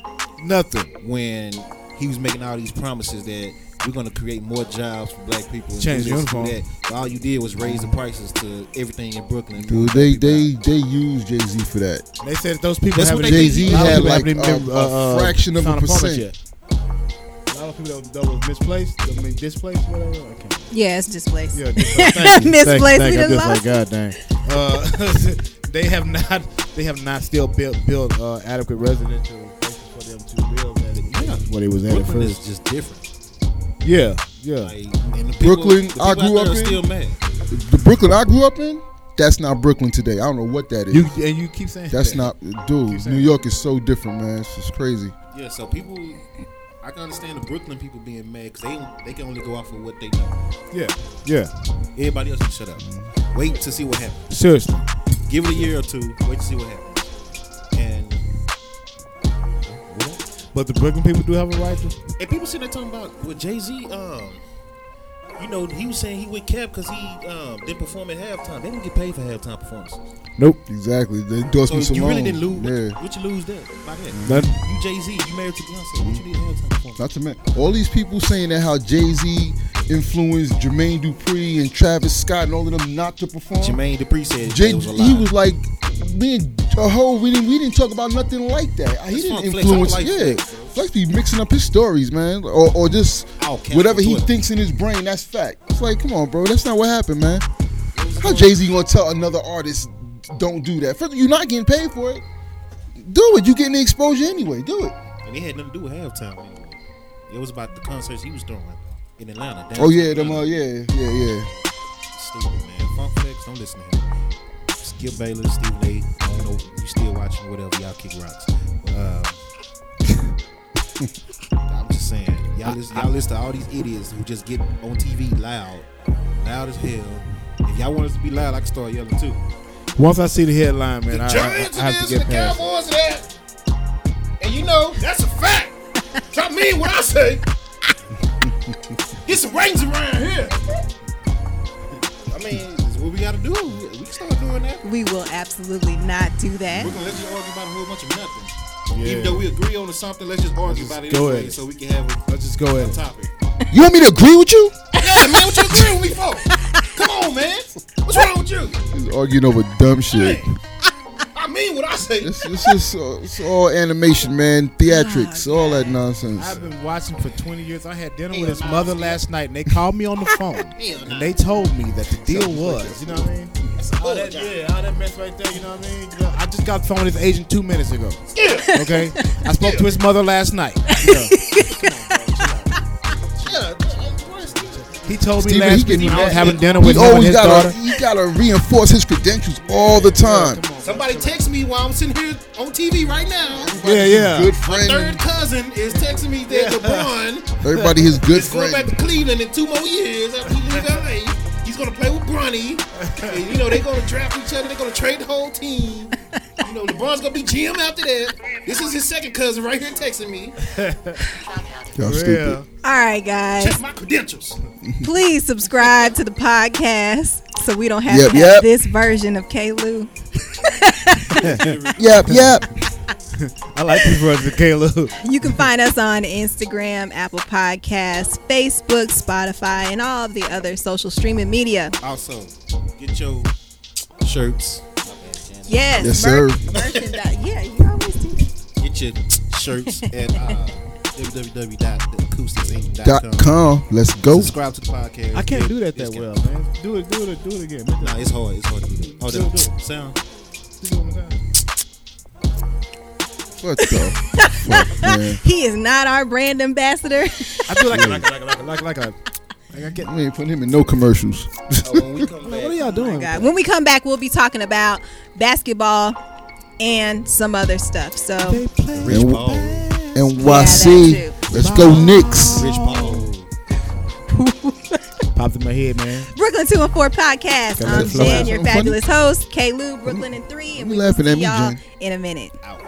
Speaker 4: nothing.
Speaker 2: when he was making all these promises that we're going to create more jobs for black people. and
Speaker 4: Change
Speaker 2: do this,
Speaker 4: uniform.
Speaker 2: do that. But all you did was raise the prices to everything in Brooklyn.
Speaker 3: Dude, they they they used Jay Z for that.
Speaker 4: They said those people
Speaker 2: That's
Speaker 4: haven't
Speaker 2: what
Speaker 4: even-
Speaker 2: they
Speaker 3: Jay
Speaker 2: A
Speaker 3: Z
Speaker 2: lot of
Speaker 3: had
Speaker 4: people
Speaker 3: like
Speaker 4: haven't
Speaker 3: a,
Speaker 4: even been, uh,
Speaker 3: a fraction of a
Speaker 4: signed promise
Speaker 3: percent.
Speaker 4: yet. A lot of people that, that was misplaced, I mean displaced, whatever. I can't.
Speaker 1: Yeah, it's displaced. [LAUGHS]
Speaker 4: Yeah, displaced. Thank you.
Speaker 1: Misplaced, we
Speaker 4: Thank- thank you.
Speaker 1: done
Speaker 4: I'm just
Speaker 1: lost
Speaker 4: like, God dang. Uh, [LAUGHS] they have not. They have not still built built uh, adequate residential places for them to build. That
Speaker 2: Yeah.
Speaker 4: what it was at, at
Speaker 2: Brooklyn
Speaker 4: first.
Speaker 2: is just different.
Speaker 4: Yeah, yeah.
Speaker 2: Like, and the people,
Speaker 3: Brooklyn,
Speaker 2: the people
Speaker 3: I
Speaker 2: out
Speaker 3: grew
Speaker 2: there
Speaker 3: up
Speaker 2: are
Speaker 3: in-
Speaker 2: still mad.
Speaker 3: The Brooklyn I grew up in, that's not Brooklyn today. I don't know what that is.
Speaker 4: You and you keep saying
Speaker 3: that's
Speaker 4: that.
Speaker 3: not, dude. New York is so different, man. It's just crazy.
Speaker 2: Yeah, so people, I can understand the Brooklyn people being mad because they they can only go off of what they know.
Speaker 4: Yeah, yeah.
Speaker 2: Everybody else can shut up. Wait to see what happens.
Speaker 4: Seriously.
Speaker 2: Give it a year or two. Wait to see what happens. And
Speaker 4: But the Brooklyn people do have a right to.
Speaker 2: and people sitting there talking about with Jay Z. Um, you know, he was saying he with Cap because he um, didn't perform at halftime. They didn't get paid for halftime performances.
Speaker 4: Nope.
Speaker 3: Exactly. They endorsed
Speaker 2: So
Speaker 3: me
Speaker 2: you
Speaker 3: so
Speaker 2: really
Speaker 3: long.
Speaker 2: didn't lose.
Speaker 3: Yeah.
Speaker 2: What you lose that by that?
Speaker 4: Nothing.
Speaker 2: You Jay Z, you married to Beyonce. What you need halftime performance?
Speaker 3: Not to mention, all these people saying that how Jay Z influenced Jermaine Dupri and Travis Scott and all of them not to perform.
Speaker 2: Jermaine Dupri said
Speaker 3: Jay,
Speaker 2: it was a
Speaker 3: he
Speaker 2: lie.
Speaker 3: was like, me and a whole we didn't we didn't talk about nothing like that. he
Speaker 2: That's
Speaker 3: didn't
Speaker 2: fun flex. I
Speaker 3: influence.
Speaker 2: like
Speaker 3: yeah,
Speaker 2: flex, bro.
Speaker 3: Flex be mixing up his stories, man, or, or just
Speaker 2: I'll cancel
Speaker 3: whatever he
Speaker 2: Twitter.
Speaker 3: thinks in his brain. That's fact. It's like, come on, bro, that's not what happened, man.
Speaker 2: It was
Speaker 3: How
Speaker 2: going-
Speaker 3: Jay Z gonna tell another artist don't do that? First, you're not getting paid for it. Do it. You getting the exposure anyway. Do it.
Speaker 2: And it had nothing to do with halftime. Anyway. It was about the concerts he was doing in Atlanta. down
Speaker 3: Oh yeah,
Speaker 2: in
Speaker 3: them. Uh,
Speaker 2: Atlanta.
Speaker 3: yeah, yeah, yeah.
Speaker 2: Stupid man. Funk Flex, don't listen to him. Skip Bayless, Stephen A. I don't know. You still watching? Whatever. Y'all kick rocks. But, uh, [LAUGHS] I'm just saying. Y'all listen, y'all listen to all these idiots who just get on TV loud, loud as hell. If y'all want us to be loud, I can start yelling too.
Speaker 4: Once I see the headline, man, I, I, I have
Speaker 2: is
Speaker 4: to get
Speaker 2: and
Speaker 4: past. it.
Speaker 2: Cowboys are that. And you know, that's a fact. so I mean what I say. Get some ratings around here. I mean, it's what we gotta do. We we can start doing that.
Speaker 1: We will absolutely not do that.
Speaker 2: We're gonna let you argue about a whole bunch of nothing.
Speaker 4: Yeah.
Speaker 2: Even though we agree on something, let's just argue
Speaker 4: Let's
Speaker 2: about it
Speaker 4: go
Speaker 2: anyway
Speaker 4: at it.
Speaker 2: so we can have
Speaker 4: Let's just go
Speaker 2: a, a
Speaker 4: at it.
Speaker 2: topic.
Speaker 3: You want me to agree with you?
Speaker 2: yeah, man, what you agreeing with me for? Come on, man. What's wrong with you?
Speaker 3: He's arguing over dumb shit.
Speaker 2: Hey, I mean what I say.
Speaker 3: It's, it's just uh, it's all animation, man. Theatrics, all that nonsense.
Speaker 4: Oh, I've been watching for 20 years. I had dinner with his mother last night, and they called me on the phone, and they told me that the deal was, you know what I mean? All that, yeah, all that mess right there, you know what I mean? You know, I just got the phone with his agent two minutes ago. Okay, I spoke to his mother last night. you know. He told me
Speaker 3: Steven,
Speaker 4: last
Speaker 3: he get
Speaker 4: week when I was
Speaker 3: mad.
Speaker 4: having dinner
Speaker 3: He
Speaker 4: with him and
Speaker 3: always
Speaker 4: his
Speaker 3: gotta
Speaker 4: daughter.
Speaker 3: he gotta reinforce his credentials all the time.
Speaker 2: Somebody text me while I'm sitting here on TV right now.
Speaker 4: Yeah, yeah.
Speaker 3: Good
Speaker 2: My third
Speaker 3: friend.
Speaker 2: cousin is texting me that [LAUGHS] LeBron
Speaker 3: Everybody his good
Speaker 2: is going back
Speaker 3: friend.
Speaker 2: to Cleveland in two more years after he leaves LA. He's gonna play with [LAUGHS] Bronny. And, you know they're gonna draft each other. They're gonna trade the whole team. You know LeBron's gonna be GM after that. This is his second cousin right here texting me.
Speaker 3: Y'all
Speaker 4: Yeah.
Speaker 3: stupid.
Speaker 1: All right, guys.
Speaker 2: Check my credentials.
Speaker 1: Please subscribe to the podcast so we don't have
Speaker 3: Yep,
Speaker 1: to have
Speaker 3: yep.
Speaker 1: this version of K Lou.
Speaker 3: Yep, yep.
Speaker 4: I like this version of Caleb.
Speaker 1: You can find us on Instagram, Apple Podcasts, Facebook, Spotify, and all of the other social streaming media.
Speaker 2: Also, get your shirts.
Speaker 1: Yes,
Speaker 3: Yes,
Speaker 1: merch-
Speaker 3: sir.
Speaker 1: merchandise. Yeah, you always do that.
Speaker 2: Get your [LAUGHS] shirts at uh, www.acousticsinc.com.
Speaker 3: Dot com. Let's go.
Speaker 2: Subscribe to the podcast.
Speaker 4: I can't
Speaker 2: Get
Speaker 4: do that that
Speaker 2: discount.
Speaker 4: well, man. Do it, do it, do it again.
Speaker 2: Nah, it's hard. It's hard to do that. Oh,
Speaker 4: Do it, do
Speaker 2: that sound.
Speaker 3: What the fuck, man?
Speaker 1: He is not our brand
Speaker 3: [LAUGHS]
Speaker 1: ambassador.
Speaker 4: I feel like a, like a, like a, like a, like a, like I get.
Speaker 3: We ain't putting him in no commercials.
Speaker 2: Oh, when we come
Speaker 4: What are y'all doing?
Speaker 1: Oh, God. When we come back, we'll be talking about basketball and some other stuff. So,
Speaker 4: They play
Speaker 2: Rich
Speaker 3: And-
Speaker 2: Paul.
Speaker 1: Yeah,
Speaker 3: NYC.
Speaker 1: that
Speaker 3: Let's go Knicks.
Speaker 2: Oh, Rich Paul.
Speaker 4: popped in my head, man.
Speaker 1: Brooklyn 2 and 4 podcast.
Speaker 4: Come on,
Speaker 1: I'm
Speaker 4: flow.
Speaker 1: Jen, your
Speaker 3: Something
Speaker 1: fabulous host, K Lou, Brooklyn and 3. And
Speaker 3: you
Speaker 1: we will
Speaker 3: laughing at
Speaker 1: see
Speaker 3: me,
Speaker 1: y'all
Speaker 3: Jen?
Speaker 1: in a minute.
Speaker 2: Out.